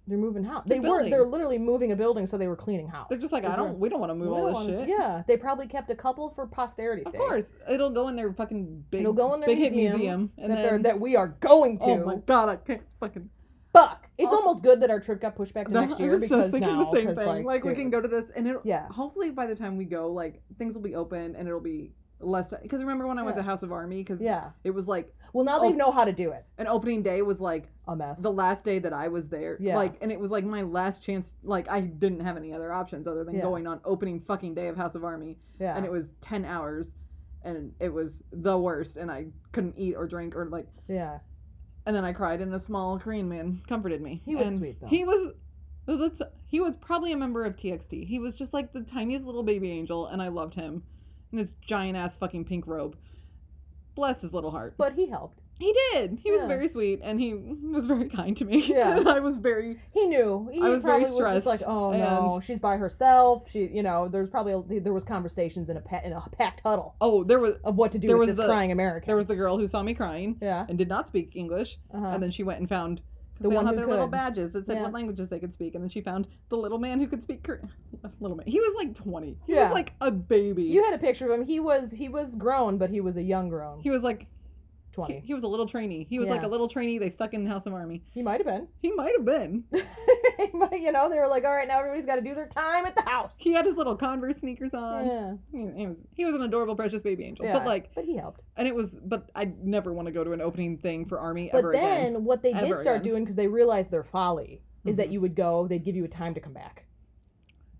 S4: They're moving house.
S3: They're
S4: They were.
S3: building.
S4: They're literally moving a building, so they were cleaning house.
S3: They're just like,
S4: Is
S3: I
S4: there-
S3: don't. We don't want to move
S4: We don't
S3: all
S4: wanna-
S3: this shit.
S4: Yeah, they probably kept a couple for posterity.
S3: Of course, it'll go in their fucking big.
S4: It'll go in their
S3: big hit
S4: museum
S3: museum, and
S4: that, they're
S3: then
S4: that we are going to.
S3: oh my god, I can't fucking.
S4: Fuck! It's
S3: Also-
S4: almost good that our trip got pushed back to next
S3: [LAUGHS] I
S4: year
S3: was
S4: because
S3: just thinking
S4: now,
S3: the same
S4: 'cause,
S3: thing. Like, we
S4: dude,
S3: can go to this, and it.
S4: Yeah.
S3: Hopefully, by the time we go, like things will be open, and it'll be less. Because remember when I went
S4: Yeah.
S3: to House of Army? Because
S4: Yeah.
S3: it was like
S4: Well, now
S3: Oh.
S4: they know how to do it.
S3: an opening day was like
S4: A mess.
S3: the last day that I was there.
S4: Yeah.
S3: Like, and it was like my last chance. Like, I didn't have any other options other than
S4: Yeah.
S3: going on opening fucking day of House of Army,
S4: yeah.
S3: and it was ten hours, and it was the worst, and I couldn't eat or drink or like.
S4: yeah.
S3: And then I cried, and a small Korean man comforted me.
S4: He was
S3: And
S4: sweet, though.
S3: He was. the- the t- He was probably a member of TXT. He was just like the tiniest little baby angel, and I loved him in his giant ass fucking pink robe. Bless his little heart.
S4: But he helped.
S3: He did. He was
S4: Yeah.
S3: very sweet, and he was very kind to me. [LAUGHS]
S4: Yeah.
S3: And I was very.
S4: He knew. He
S3: I was very
S4: probably was just like,
S3: stressed,
S4: oh no, she's by herself. She, you know, there's probably a, there was conversations in a pa- in a packed huddle
S3: Oh, there was
S4: of what to do
S3: There
S4: with
S3: was
S4: this
S3: the-
S4: crying American.
S3: there was the girl who saw me crying
S4: yeah.
S3: and did not speak English,
S4: Uh-huh.
S3: and then she went and found. 'cause
S4: The
S3: they all
S4: one
S3: had
S4: who
S3: their little
S4: could.
S3: badges that said
S4: Yeah.
S3: what languages they could speak, and then she found the little man who could speak Korean. [LAUGHS] little man. He was like twenty. He
S4: Yeah.
S3: was like a baby.
S4: you had a picture of him. He was he was grown, but he was a young grown.
S3: He was like he,
S4: Twenty.
S3: he was a little trainee. He was like
S4: Yeah.
S3: a little trainee. They stuck in House of Army.
S4: He might have been. [LAUGHS]
S3: He might have been.
S4: you know, they were like, all right, now everybody's got to do their time at the house.
S3: He had his little Converse sneakers on.
S4: Yeah.
S3: He, he was he was an adorable, precious baby angel.
S4: Yeah.
S3: But like,
S4: But he helped.
S3: and it was. But I'd never want to go to an opening thing for Army
S4: But
S3: ever
S4: then
S3: again.
S4: what they did
S3: Ever
S4: start
S3: again.
S4: doing because they realized their folly is that
S3: Mhm.
S4: you would go, they'd give you a time to come back,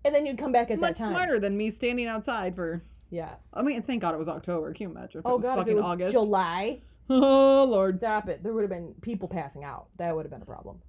S4: and then you'd come back at
S3: Much
S4: that time.
S3: smarter than me standing outside for.
S4: Yes.
S3: I mean, thank God it was October. Can you imagine if it
S4: oh
S3: was
S4: God, if
S3: fucking
S4: it was
S3: August?
S4: July,
S3: [LAUGHS] Oh Lord!
S4: stop it. There would have been people passing out. That would have been a problem.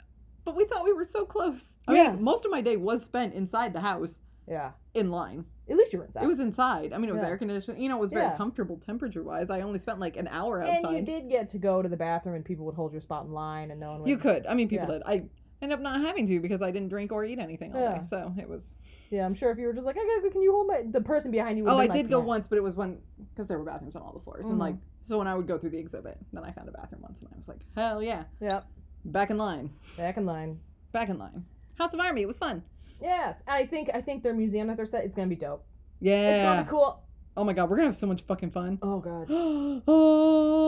S3: But we thought we were so close. I
S4: Yeah.
S3: mean, most of my day was spent inside the house
S4: Yeah.
S3: in line.
S4: At least you were inside.
S3: It was inside. I mean, it was
S4: Yeah.
S3: air conditioned. You know, it was very
S4: Yeah.
S3: comfortable temperature wise. I only spent like an hour outside.
S4: and you did get to go to the bathroom, and people would hold your spot in line, and no one would.
S3: You could. I mean, people
S4: Yeah.
S3: did. I ended up not having to because I didn't drink or eat anything all
S4: Yeah.
S3: day. So it was.
S4: Yeah, I'm sure if you were just like, I gotta go. Can you hold my? The person behind you. Would
S3: Oh, I
S4: have
S3: did
S4: been like,
S3: go
S4: "Yeah."
S3: once, but it was when because there were bathrooms on all the floors,
S4: Mhm.
S3: and like so when I would go through the exhibit, then I found a bathroom once, and I was like, hell yeah,
S4: Yep.
S3: back in line,
S4: Back in line.
S3: back in line. House of Army, it was fun.
S4: Yes, I think I think their museum that they're set. It's gonna be dope. It's
S3: Yeah.
S4: gonna be cool.
S3: Oh my god, we're gonna have so much fucking
S4: [GASPS]
S3: fun. [GASPS]
S4: Oh god.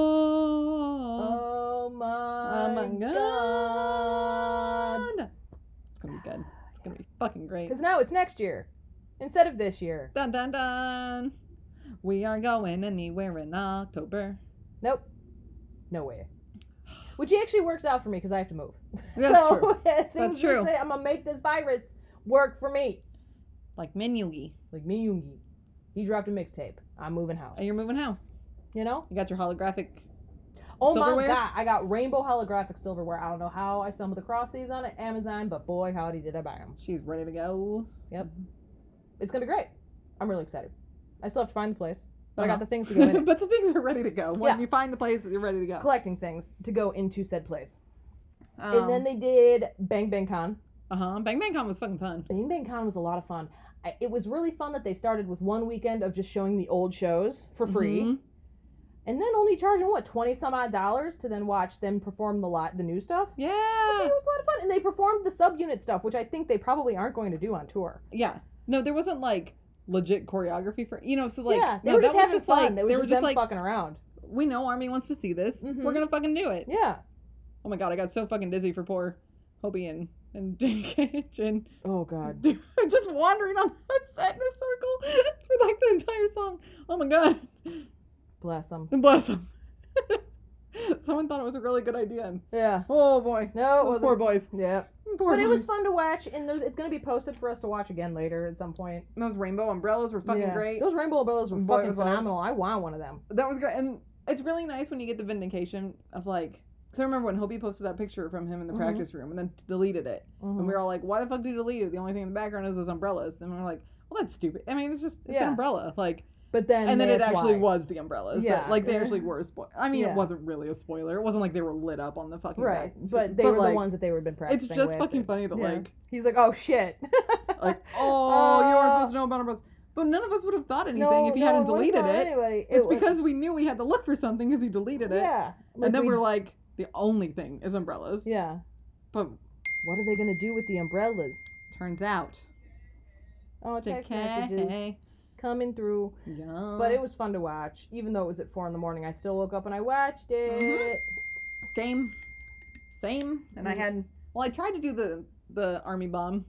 S3: oh,
S4: Oh my.
S3: my
S4: god.
S3: God. It's gonna be good. It's gonna be fucking great.
S4: Because now it's next year, instead of this year.
S3: Dun dun dun. We are going anywhere in October.
S4: [LAUGHS] Nope. No way. Which actually works out for me because I have to move.
S3: [LAUGHS] That's
S4: so, [LAUGHS]
S3: true.
S4: things
S3: That's
S4: you
S3: true.
S4: Say, I'm gonna make this virus work for me.
S3: [LAUGHS] Like Minyugi.
S4: Like me, Yoongi. He dropped a mixtape. I'm moving house.
S3: And Oh, you're moving house.
S4: You know?
S3: You got your holographic.
S4: Oh
S3: Silverware?
S4: my god, I got rainbow holographic silverware. I don't know how I stumbled across these on Amazon, but boy, howdy did I buy them.
S3: She's ready
S4: [LAUGHS]
S3: to go.
S4: It's gonna be great. I'm really excited. I still have to find the place, but I got
S3: Uh-huh.
S4: the things to go
S3: [LAUGHS]
S4: in. it.
S3: but the things are ready to go. When
S4: Yeah.
S3: you find the place, you're ready to go.
S4: Collecting things to go into said place.
S3: Um,
S4: and then they did Bang Bang Con.
S3: uh huh. Bang Bang Con was fucking fun.
S4: Bang Bang Con was a lot of fun. I, it was really fun that they started with one weekend of just showing the old shows for free,
S3: Mhm.
S4: and then only charging what twenty some odd dollars to then watch them perform the lot the new stuff.
S3: Yeah.
S4: It was a lot of fun, and they performed the subunit stuff, which I think they probably aren't going to do on tour.
S3: Yeah. No, there wasn't like legit choreography for you know. So like,
S4: yeah, they
S3: no,
S4: were
S3: that
S4: just
S3: was
S4: having
S3: just
S4: fun.
S3: like
S4: they were
S3: they
S4: just,
S3: were just
S4: them
S3: like,
S4: fucking around.
S3: we know Army wants to see this.
S4: Mhm.
S3: We're gonna fucking do it.
S4: Yeah.
S3: Oh my god, I got so fucking dizzy for poor Hobie and and [LAUGHS] Jin, Jin
S4: Oh
S3: [LAUGHS]
S4: god.
S3: just wandering on [LAUGHS] that set in a circle [LAUGHS] for like the entire song. Oh my god, [LAUGHS]
S4: Bless them.
S3: and bless them. [LAUGHS] Someone thought it was a really good idea. and-
S4: Yeah.
S3: Oh boy,
S4: No, it
S3: those
S4: wasn't.
S3: poor boys.
S4: Yeah.
S3: Poor
S4: But it was
S3: boys.
S4: fun to watch, and there's, it's gonna be posted for us to watch again later at some point.
S3: Those rainbow umbrellas were fucking
S4: Yeah.
S3: great.
S4: Those rainbow umbrellas were
S3: Boy,
S4: fucking
S3: was that-
S4: phenomenal. I want one of them.
S3: That was great, and it's really nice when you get the vindication of like. Cause I remember when Hobie posted that picture from him in the
S4: Mhm.
S3: practice room, and then deleted it, and we were all like, "Why the fuck did you delete it? The only thing in the background is those umbrellas." And we we're like, "Well, that's stupid. I mean, it's just it's
S4: Yeah.
S3: an umbrella, like."
S4: But then
S3: And, then it
S4: that's
S3: actually
S4: why.
S3: was the umbrellas. Yeah,
S4: Yeah.
S3: like they actually were. Spo- I mean,
S4: Yeah.
S3: it wasn't really a spoiler. It wasn't like they were lit up on the fucking
S4: Right,
S3: back-
S4: but they were
S3: like,
S4: the ones that they would have been
S3: It's
S4: practicing.
S3: just
S4: with.
S3: fucking funny that
S4: yeah.
S3: like
S4: He's like, oh shit. [LAUGHS]
S3: like oh you weren't
S4: Uh,
S3: supposed to know about umbrellas, but none of us would have thought anything if he
S4: no
S3: hadn't
S4: one would've
S3: deleted
S4: known
S3: it.
S4: Anybody.
S3: It's
S4: was-
S3: because we knew we had to look for something because he deleted it.
S4: yeah,
S3: and then
S4: we,
S3: we, are like, the only thing is umbrellas.
S4: yeah,
S3: But
S4: What are they gonna do with the umbrellas?
S3: Turns out.
S4: Oh, text messages
S3: Decay.
S4: coming through.
S3: Yum.
S4: But it was fun to watch, even though it was at four in the morning. I still woke up and I watched it.
S3: Mm-hmm. same, same. And I
S4: Mm.
S3: had well, I tried to do the the army bomb.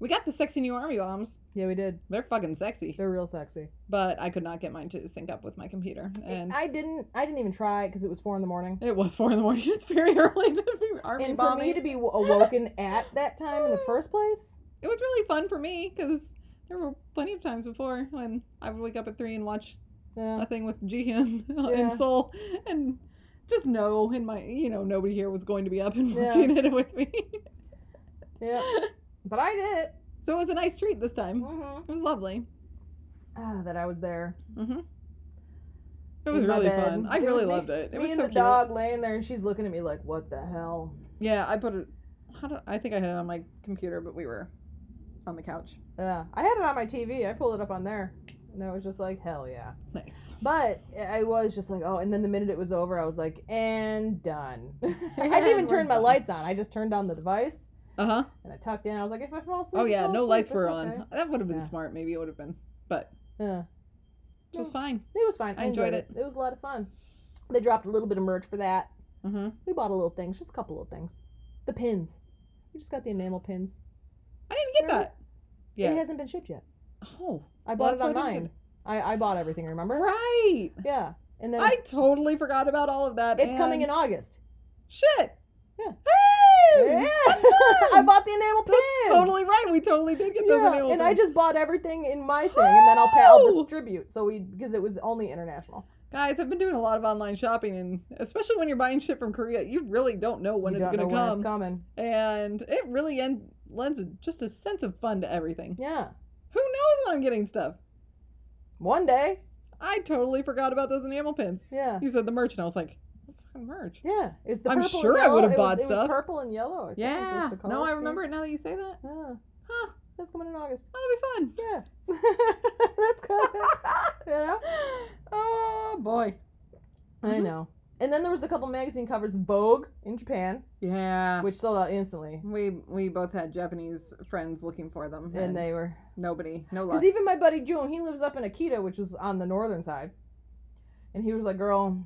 S3: We got the sexy new army bombs.
S4: Yeah, we did.
S3: They're fucking sexy.
S4: They're real sexy.
S3: But I could not get mine to sync up with my computer, and
S4: I didn't. I didn't even try because it was four in the morning.
S3: it was four in the morning. [LAUGHS] It's very early to be army
S4: and for
S3: bombing.
S4: me to be w- awoken at that time
S3: [LAUGHS]
S4: in the first place,
S3: it was really fun for me because there were plenty of times before when I would wake up at three and watch
S4: yeah.
S3: [LAUGHS] a thing with Jihyun [LAUGHS]
S4: Yeah.
S3: in Seoul, and just know in my you know nobody here was going to be up and
S4: Yeah.
S3: watching it with me. [LAUGHS]
S4: yeah. But I did it.
S3: so it was a nice treat this time.
S4: Mm-hmm.
S3: It was lovely.
S4: Ah, that I was there.
S3: Mm-hmm. It was
S4: In my
S3: really
S4: bed.
S3: fun. I
S4: It
S3: really
S4: was me-
S3: loved it. It
S4: me
S3: was
S4: and
S3: so
S4: the
S3: cute.
S4: dog laying there, and she's looking at me like, "What the hell?"
S3: Yeah, I put it. How do, I think I had it on my computer, but we were on the couch.
S4: Yeah, I had it on my TV. I pulled it up on there, and I was just like, "Hell yeah!"
S3: Nice.
S4: But I was just like, "Oh!" And then the minute it was over, I was like, "And done." [LAUGHS] I didn't
S3: [LAUGHS]
S4: even
S3: And
S4: turn
S3: we're
S4: my
S3: done.
S4: lights on. I just turned on the device
S3: Uh huh.
S4: and I tucked in. I was like, "If I fall asleep."
S3: Oh
S4: I
S3: yeah,
S4: fall
S3: no
S4: asleep,
S3: lights
S4: it's
S3: were
S4: okay.
S3: on. That would have been
S4: Yeah.
S3: smart. Maybe it would have been, but
S4: Yeah.
S3: it was
S4: Yeah.
S3: fine.
S4: It was fine. I enjoyed, it. it. was a lot of fun. They dropped a little bit of merch for that.
S3: Mm-hmm.
S4: We bought a little things, just a couple little things. The pins. We just got the enamel pins.
S3: I didn't get
S4: Remember?
S3: that. Yeah.
S4: It hasn't been shipped yet.
S3: oh,
S4: I
S3: Well,
S4: bought
S3: that's
S4: it on
S3: what I did.
S4: mine. I, I bought everything, remember?
S3: right.
S4: Yeah. And then
S3: I
S4: it's,
S3: totally forgot about all of that.
S4: it's coming in
S3: and-
S4: August.
S3: Shit.
S4: Yeah.
S3: Hey!
S4: Yeah.
S3: that's fun!
S4: [LAUGHS] I bought the enamel pins.
S3: That's totally right. We totally did get those.
S4: Yeah,
S3: annual
S4: and I
S3: things.
S4: just bought everything in my thing, and then I'll pay, I'll
S3: Oh!
S4: distribute. So we because it was only international.
S3: Guys, I've been doing a lot of online shopping, and especially when you're buying shit from Korea, you really don't know when
S4: You
S3: it's
S4: don't
S3: going to
S4: know when
S3: come.
S4: it's coming.
S3: and it really en- lends a- just a sense of fun to everything.
S4: Yeah,
S3: Who knows when I'm getting stuff?
S4: one day.
S3: I totally forgot about those enamel pins.
S4: Yeah,
S3: You said the merch, and I was like, what fucking merch?
S4: yeah. It's the
S3: I'm
S4: purple
S3: sure
S4: and
S3: I
S4: yellow.
S3: would've
S4: It was-
S3: bought
S4: it was
S3: stuff.
S4: purple and yellow. I think, was
S3: Yeah.
S4: the color
S3: No, I
S4: scheme.
S3: remember it now that you say that.
S4: Yeah,
S3: Huh.
S4: that's coming in August.
S3: That'll be fun.
S4: Yeah, [LAUGHS] that's
S3: [LAUGHS]
S4: coming. you know.
S3: Oh, boy.
S4: I
S3: Mhm.
S4: know. Mm-hmm. And then there was a couple magazine covers. Vogue in Japan,
S3: Yeah.
S4: which sold out instantly,
S3: We we both had Japanese friends looking for them,
S4: and they were
S3: nobody, no luck.
S4: Because even my buddy June, he lives up in Akita, which is on the northern side. And he was like, girl,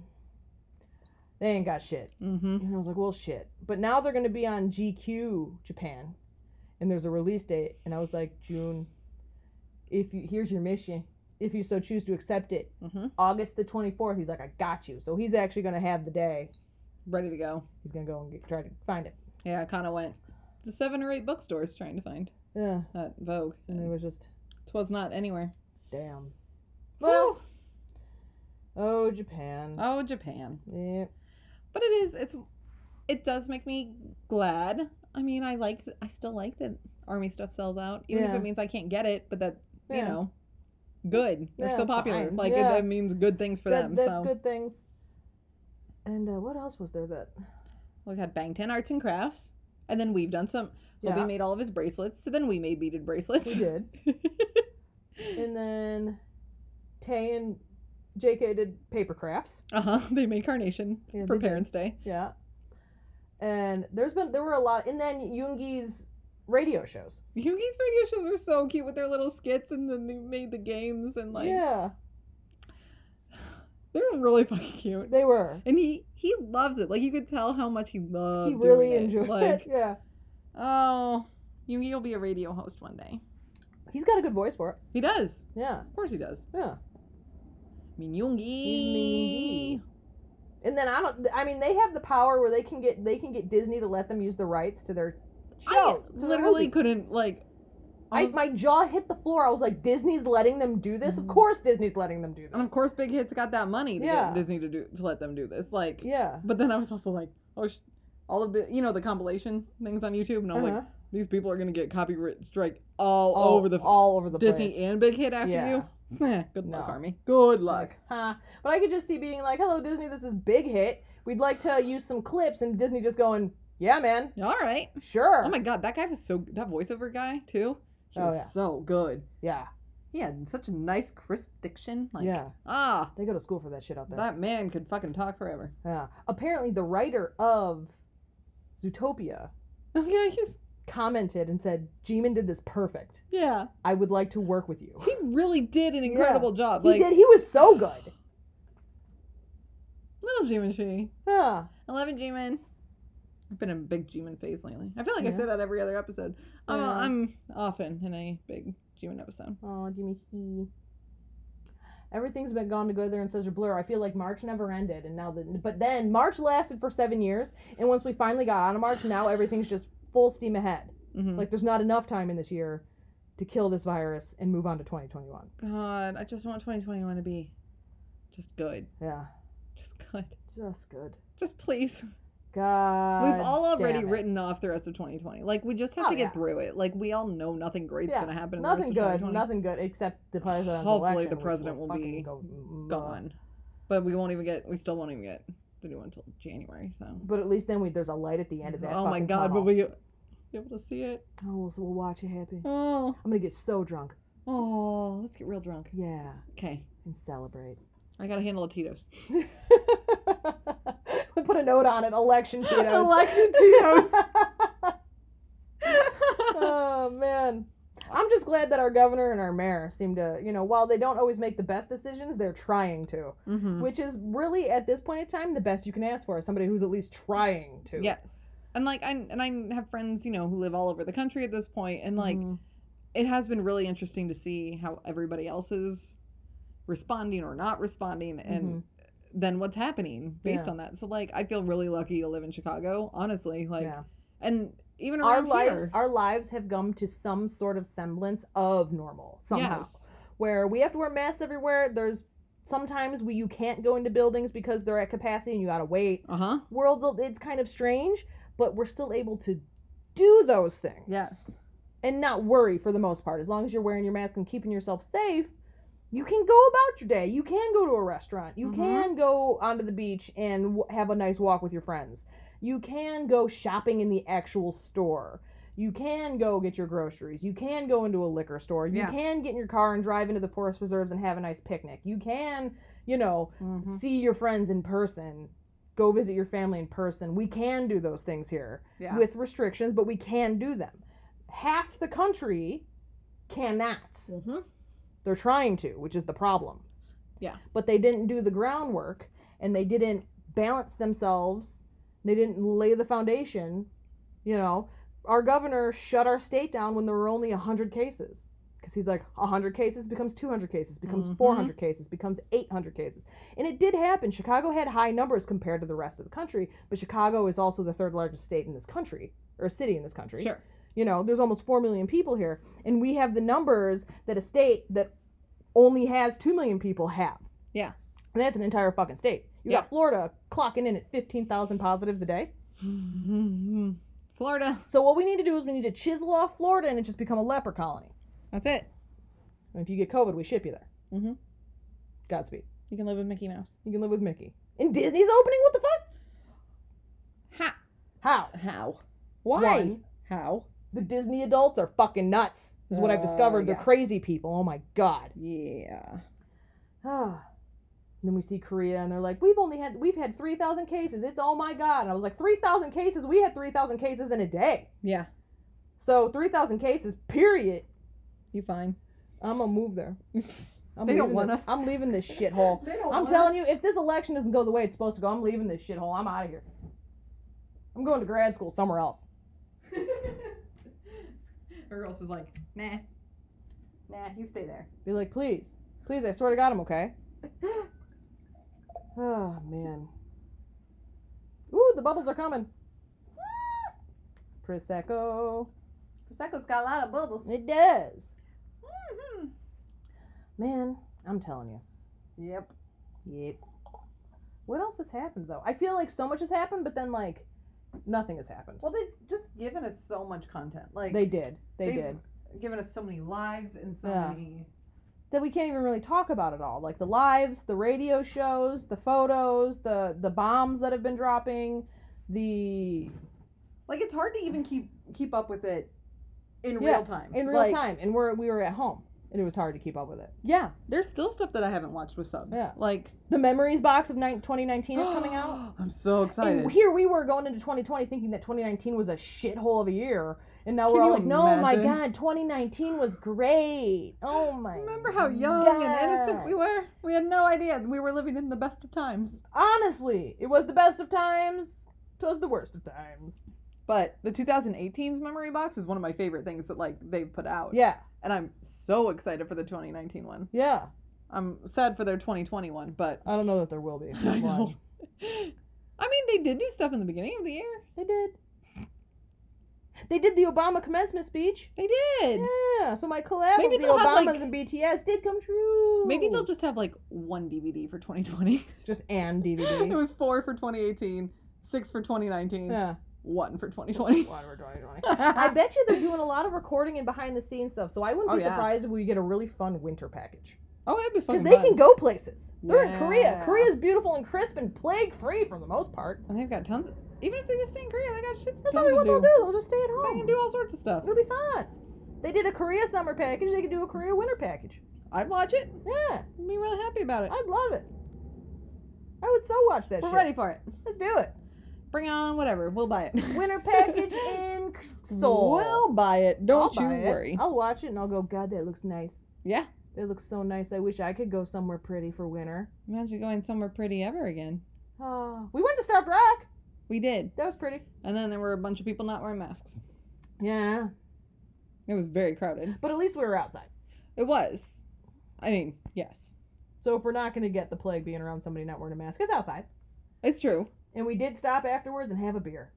S4: they ain't got shit.
S3: mm-hmm.
S4: And I was like, well, shit. But now they're going to be on GQ Japan. And there's a release date. And I was like, June, if you here's your mission. If you so choose to accept it,
S3: Mm-hmm.
S4: August the 24th, he's like, I got you. So he's actually going to have the day.
S3: Ready to go.
S4: He's going to go and get, try to find it.
S3: Yeah, I kind of went to seven or eight bookstores trying to find
S4: Yeah.
S3: that Vogue.
S4: And it was just,
S3: Twas not anywhere.
S4: damn.
S3: Well,
S4: Well, oh, Japan.
S3: oh Japan,
S4: yeah.
S3: but it is it's it does make me glad. I mean, I like I still like that army stuff sells out, even if
S4: Yeah.
S3: it means I can't get it. but that you
S4: Yeah.
S3: know, good. They're
S4: Yeah,
S3: still
S4: it's
S3: popular.
S4: fine.
S3: Like it,
S4: Yeah.
S3: that means good things for
S4: That-
S3: them.
S4: That's
S3: so
S4: good things. And uh, what else was there that?
S3: we've had Bangtan Arts and Crafts, and then we've done some. Well, we
S4: Yeah,
S3: made all of his bracelets, so then we made beaded bracelets. [LAUGHS]
S4: we did. and then Tay and JK did paper crafts.
S3: Uh huh. They made carnation
S4: Yeah,
S3: for
S4: they did.
S3: Parents' Day.
S4: Yeah. And there's been there were a lot, and then Yoongi's radio shows.
S3: Yugi's radio shows were so cute with their little skits, and then they made the games, and like
S4: yeah,
S3: they were really fucking cute.
S4: they were.
S3: And he he loves it. Like you could tell how much he loves.
S4: He really
S3: uh, it.
S4: enjoyed
S3: Like
S4: it. [LAUGHS] Yeah,
S3: oh, Yugi will be a radio host one day.
S4: he's got a good voice for it.
S3: He does.
S4: Yeah,
S3: Of course he does.
S4: yeah.
S3: I mean Yoongi.
S4: He's Yoongi. And then I don't. I mean, they have the power where they can get they can get Disney to let them use the rights to their
S3: I
S4: show.
S3: literally
S4: couldn't.
S3: couldn't like.
S4: I,
S3: almost-
S4: my jaw hit the floor. I was like, Disney's letting them do this? Of
S3: Mhm.
S4: course Disney's letting them do this.
S3: and of course, Big Hit's got that money to
S4: Yeah.
S3: get Disney to do to let them do this. Like
S4: Yeah.
S3: But then I was also like, oh, sh- all of the, you know, the compilation things on YouTube, and I was
S4: Uh-huh.
S3: like, these people are gonna get copyright strike all,
S4: all
S3: over the
S4: all over the
S3: Disney
S4: place.
S3: and Big Hit after
S4: Yeah.
S3: you. [LAUGHS] Eh, Good luck,
S4: No.
S3: Army. Good luck.
S4: Like, huh. But I could just see being like, hello, Disney, this is Big Hit. We'd like to use some clips, and Disney just going, yeah, man,
S3: All right.
S4: sure.
S3: Oh my God, that guy was so that voiceover guy too. He
S4: Oh,
S3: was
S4: yeah.
S3: so good.
S4: yeah,
S3: He had such a nice, crisp diction. Like,
S4: yeah.
S3: ah,
S4: They go to school for that shit out there.
S3: that man [LAUGHS] could fucking talk forever.
S4: yeah. Apparently, the writer of Zootopia
S3: Okay, he's
S4: commented and said, G-Man did this perfect.
S3: yeah.
S4: I would like to work with
S3: [LAUGHS]
S4: you.
S3: He really did an
S4: Yeah.
S3: incredible job.
S4: He
S3: Like
S4: did. He was so good.
S3: little Jim she.
S4: Huh.
S3: I love it, G-Man. I've been in a big G-Man phase lately. I feel like I
S4: Yeah.
S3: say that every other episode. Uh,
S4: Yeah.
S3: I'm often in a big G-Man episode.
S4: Oh, Jimmy He. Everything's been gone together in such a blur. I feel like March never ended, and now the but then March lasted for seven years, and once we finally got out of March, now everything's just full steam ahead.
S3: Mhm.
S4: Like there's not enough time in this year to kill this virus and move on to 2021.
S3: God, I just want 2021 to be just good.
S4: Yeah,
S3: Just good. [LAUGHS]
S4: just good.
S3: Just please.
S4: God,
S3: We've all already
S4: damn it.
S3: written off the rest of 2020. Like we just have
S4: Oh,
S3: to get
S4: yeah.
S3: through it. Like we all know nothing great's
S4: Yeah,
S3: gonna happen. In
S4: nothing
S3: the rest
S4: good,
S3: Of 2020.
S4: nothing good except the president.
S3: Hopefully the president will be
S4: go, m- uh,
S3: Gone. But we won't even get. We still won't even get the new one until January. So.
S4: But at least then we there's a light at the end of that.
S3: oh my
S4: fucking
S3: God!
S4: tunnel.
S3: Will we be able to see it?
S4: Oh, we'll, so we'll watch it happen.
S3: Oh.
S4: I'm gonna get so drunk.
S3: Oh. Let's get real drunk.
S4: Yeah,
S3: Okay.
S4: and celebrate. [LAUGHS]
S3: I gotta handle the Tito's.
S4: we put a note on it.
S3: [LAUGHS]
S4: Election Tito's.
S3: Election Tito's. [LAUGHS]
S4: oh man. I'm just glad that our governor and our mayor seem to, you know, while they don't always make the best decisions, they're trying to,
S3: mm-hmm.
S4: which is really at this point in time the best you can ask for is somebody who's at least trying to.
S3: Yes. And like I and I have friends you know who live all over the country at this point, and like
S4: Mhm.
S3: it has been really interesting to see how everybody else is responding or not responding and
S4: Mhm.
S3: then what's happening based
S4: Yeah.
S3: on that. So like I feel really lucky to live in Chicago, honestly. Like
S4: Yeah.
S3: and even
S4: our
S3: around
S4: lives
S3: here.
S4: our lives have come to some sort of semblance of normal somehow.
S3: Yes.
S4: where we have to wear masks everywhere. There's sometimes we you can't go into buildings because they're at capacity and you gotta wait.
S3: Uh-huh.
S4: World, it's kind of strange, but we're still able to do those things.
S3: Yes.
S4: and not worry for the most part. As long as you're wearing your mask and keeping yourself safe, you can go about your day. You can go to a restaurant. You
S3: Mhm.
S4: can go onto the beach and w- have a nice walk with your friends. You can go shopping in the actual store. You can go get your groceries. You can go into a liquor store. You
S3: Yeah.
S4: can get in your car and drive into the forest reserves and have a nice picnic. You can, you know,
S3: Mm-hmm.
S4: see your friends in person, go visit your family in person. We can do those things here
S3: Yeah.
S4: with restrictions, but we can do them. Half the country cannot.
S3: mm-hmm.
S4: They're trying to, which is the problem.
S3: Yeah.
S4: But they didn't do the groundwork and they didn't balance themselves. They didn't lay the foundation. You know, our governor shut our state down when there were only 100 cases. Because he's like, 100 cases becomes 200 cases, becomes
S3: Mhm.
S4: 400 cases, becomes 800 cases. And it did happen. Chicago had high numbers compared to the rest of the country, but Chicago is also the third largest state in this country, or city in this country.
S3: Sure.
S4: You know, there's almost 4 million people here. And we have the numbers that a state that only has 2 million people have.
S3: Yeah.
S4: And that's an entire fucking state. You
S3: Yeah.
S4: got Florida clocking in at 15,000 positives a day.
S3: [LAUGHS] Florida.
S4: So what we need to do is we need to chisel off Florida and it just become a leper colony.
S3: That's it.
S4: And if you get COVID, we ship you there.
S3: Mhm.
S4: Godspeed.
S3: You can live with Mickey Mouse.
S4: You can live with Mickey. And Disney's opening? What the fuck?
S3: How?
S4: How?
S3: How?
S4: Why?
S3: One. How?
S4: The Disney adults are fucking nuts, is what I've discovered.
S3: Uh,
S4: They're
S3: yeah.
S4: crazy people. Oh my
S3: [SIGHS]
S4: god.
S3: Yeah.
S4: and then we see Korea, and they're like, "We've only had we've had three thousand cases. It's oh my god." And I was like, 3,000 cases. We had three thousand cases in a day.
S3: Yeah.
S4: So three thousand cases, period.
S3: You fine.
S4: I'm gonna move there. [LAUGHS] I'm
S3: They don't
S4: leaving
S3: want
S4: this-
S3: us.
S4: I'm leaving
S3: [LAUGHS]
S4: this shithole. I'm telling you, if this election doesn't go the way it's supposed to go, I'm leaving this shithole. I'm out of here. I'm going to grad school somewhere else.
S3: [LAUGHS] Or else is like, nah. Nah, you stay there.
S4: Be like, please, please, I swear to God, I'm
S3: [LAUGHS]
S4: okay. oh man. Ooh, the bubbles are coming.
S3: Ah!
S4: Prosecco.
S3: Prosecco's got a lot of bubbles.
S4: It does.
S3: Mm-hmm.
S4: Man, I'm telling you.
S3: Yep.
S4: Yep. What else has happened though? I feel like so much has happened, but then like nothing has happened.
S3: Well, they've just given us so much content. Like
S4: They did. They
S3: They've
S4: did.
S3: given us so many lives and so
S4: Yeah.
S3: many.
S4: that we can't even really talk about it all like the lives the radio shows the photos the the bombs that have been dropping the
S3: Like it's hard to even keep keep up with it
S4: Yeah,
S3: in real time.
S4: in real
S3: Like,
S4: time and we're we were at home It was hard to keep up with it.
S3: Yeah, there's still stuff that I haven't watched with subs.
S4: Yeah. [GASPS]
S3: like
S4: The memories box of nine- 2019 is
S3: [GASPS]
S4: coming out.
S3: I'm so excited.
S4: And here we were going into 2020 thinking that 2019 was a shithole of a year. And now we're
S3: Can
S4: all
S3: you
S4: like, no, my
S3: imagine?"
S4: God, 2019 was great. Oh my.
S3: Remember how young and innocent
S4: God.
S3: we were? We had no idea we were living in the best of times.
S4: Honestly, it was the best of times. 'Twas the worst of times.
S3: But the 2018's memory box is one of my favorite things that like they've put out.
S4: Yeah,
S3: And I'm so excited for the 2019 one.
S4: yeah.
S3: I'm sad for their 2020 one, but
S4: [LAUGHS] I don't know that there will
S3: [LAUGHS]
S4: be.
S3: I know. I mean, they did do stuff in the beginning of the year.
S4: They did. They did the Obama commencement speech.
S3: They did.
S4: Yeah, so my collab
S3: Maybe
S4: of the
S3: they'll have,
S4: Obamas
S3: like-
S4: and BTS did come true.
S3: Maybe they'll just have like one DVD for 2020.
S4: just and
S3: [LAUGHS] it
S4: DVD.
S3: was four for 2018, six for 2019,
S4: yeah,
S3: one for 2020.
S4: whatever, 2020. I bet you they're doing a lot of recording and behind the scenes stuff, so I wouldn't
S3: Oh,
S4: be
S3: yeah.
S4: surprised if we get a really fun winter package.
S3: [LAUGHS] oh, that'd be
S4: Because
S3: fucking
S4: they
S3: fun.
S4: can go places. They're in Korea.
S3: Yeah.
S4: Korea's beautiful and crisp and plague free for the most part.
S3: And they've got tons. Of, even if they just stay in Korea, they got shit.
S4: That's
S3: to
S4: probably what
S3: do.
S4: they'll do. They'll just stay at
S3: They
S4: home.
S3: can do all sorts of stuff.
S4: It'll be fun. They did a Korea summer package, they could do a Korea winter package.
S3: I'd watch it.
S4: Yeah.
S3: I'd be really happy about it.
S4: I'd love it. I would so watch that
S3: We're
S4: shit.
S3: ready for it.
S4: Let's do it.
S3: Bring on whatever. We'll buy it.
S4: Winter
S3: [LAUGHS]
S4: package in Seoul.
S3: We'll buy it. Don't
S4: I'll
S3: you
S4: buy it.
S3: worry.
S4: I'll watch it and I'll go, God, that looks nice.
S3: Yeah.
S4: That looks so nice. I wish I could go somewhere pretty for winter.
S3: Imagine going somewhere pretty ever again.
S4: Oh, we went to Starved Rock.
S3: We did.
S4: That was pretty.
S3: And then there were a bunch of people not wearing masks.
S4: Yeah.
S3: It was very crowded.
S4: But at least we were outside.
S3: It was. I mean, yes.
S4: So if we're not going to get the plague being around somebody not wearing a mask, it's outside.
S3: It's true.
S4: And we did stop afterwards and have a beer.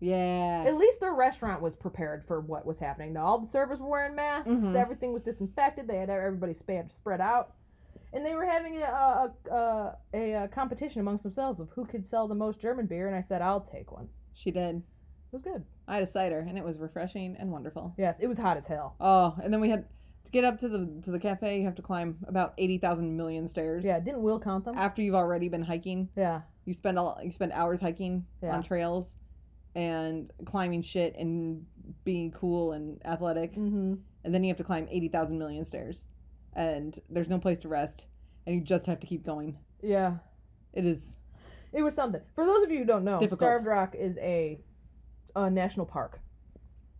S3: Yeah.
S4: At least their restaurant was prepared for what was happening. Now, all the servers were wearing masks.
S3: Mhm.
S4: Everything was disinfected. They had e-, everybody spread spread out, and they were having a a, a, a a competition amongst themselves of who could sell the most German beer. And I said, I'll take one.
S3: she did.
S4: It was good.
S3: I had a cider and it was refreshing and wonderful.
S4: Yes, it was hot as hell.
S3: Oh, and then we had to get up to the to the cafe, you have to climb about 80,000 million stairs.
S4: Yeah, didn't Will count them?
S3: After you've already been hiking,
S4: Yeah,
S3: you spend all you spend hours hiking
S4: Yeah.
S3: on trails and climbing shit and being cool and athletic.
S4: mm-hmm.
S3: and then you have to climb 80,000 million stairs and there's no place to rest and you just have to keep going.
S4: yeah.
S3: It is
S4: It was something. For those of you who don't know,
S3: Difficult.
S4: Starved Rock is a, a national park.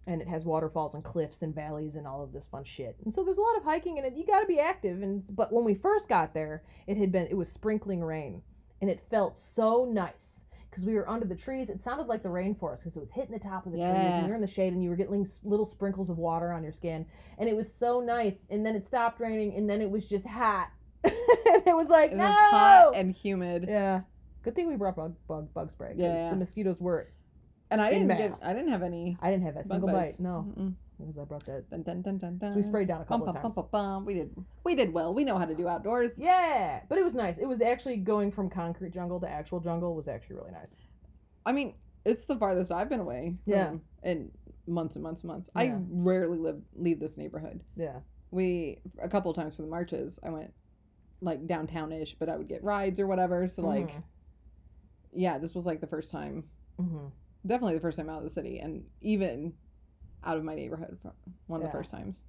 S4: And it has waterfalls and cliffs and valleys and all of this fun shit. And so there's a lot of hiking in it. You got to be active. And s- but when we first got there, it had been it was sprinkling rain, and it felt so nice because we were under the trees. It sounded like the rainforest because it was hitting the top of the trees, and
S3: Yeah.
S4: you're in the shade, and you were getting s- little sprinkles of water on your skin, and it was so nice. And then it stopped raining, and then it was just hot. [LAUGHS] and it was like
S3: it
S4: no,
S3: was hot and humid.
S4: yeah. Good thing we brought bug bug bug spray. 'cause
S3: Yeah.
S4: The mosquitoes were.
S3: And I
S4: In
S3: didn't get,
S4: bath.
S3: I didn't have any
S4: I didn't have a
S3: bug
S4: single
S3: bites. Mm-hmm.
S4: bite. No,
S3: Mm-mm.
S4: because I brought that.
S3: Dun, dun, dun, dun,
S4: So we
S3: dun.
S4: sprayed down a
S3: Bum,
S4: couple
S3: bum,
S4: of
S3: bum,
S4: times.
S3: bum, bum. We did we did well. We know how to do outdoors.
S4: Yeah, but it was nice. It was actually going from concrete jungle to actual jungle was actually really nice.
S3: I mean, it's the farthest I've been away.
S4: Yeah.
S3: from- in months and months and months. I
S4: Yeah.
S3: rarely live leave this neighborhood.
S4: Yeah.
S3: We a couple times for the marches, I went like downtown-ish, but I would get rides or whatever. So like,
S4: Mm-hmm.
S3: yeah, this was like the first time
S4: hmm
S3: definitely the first time out of the city and even out of my neighborhood for one of
S4: Yeah.
S3: the first times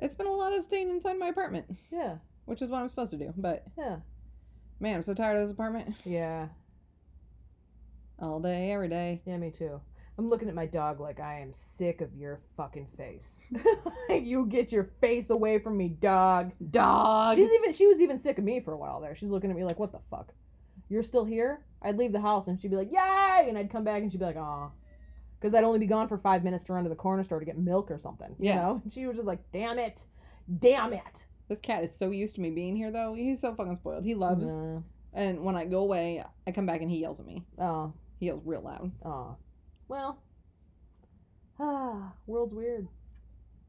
S3: it's been a lot of staying inside my apartment
S4: Yeah.
S3: which is what i'm supposed to do but
S4: Yeah.
S3: man i'm so tired of this apartment [LAUGHS]
S4: Yeah.
S3: all day every day
S4: Yeah. Me too. I'm looking at my dog like I am sick of your fucking face. [LAUGHS] like you get your face away from me, dog.
S3: dog
S4: She's even she was even sick of me for a while there. She's looking at me like, "What the fuck? You're still here?" I'd leave the house and she'd be like, "Yay!" and I'd come back and she'd be like, "Aw," because I'd only be gone for five minutes to run to the corner store to get milk or something.
S3: Yeah.
S4: You know? And she was just like, "Damn it, damn it."
S3: this cat is so used to me being here though he's so fucking spoiled he loves
S4: Nah.
S3: and when i go away i come back and he yells at me
S4: Oh,
S3: he yells real loud
S4: oh. Well. [SIGHS] Ah, world's weird.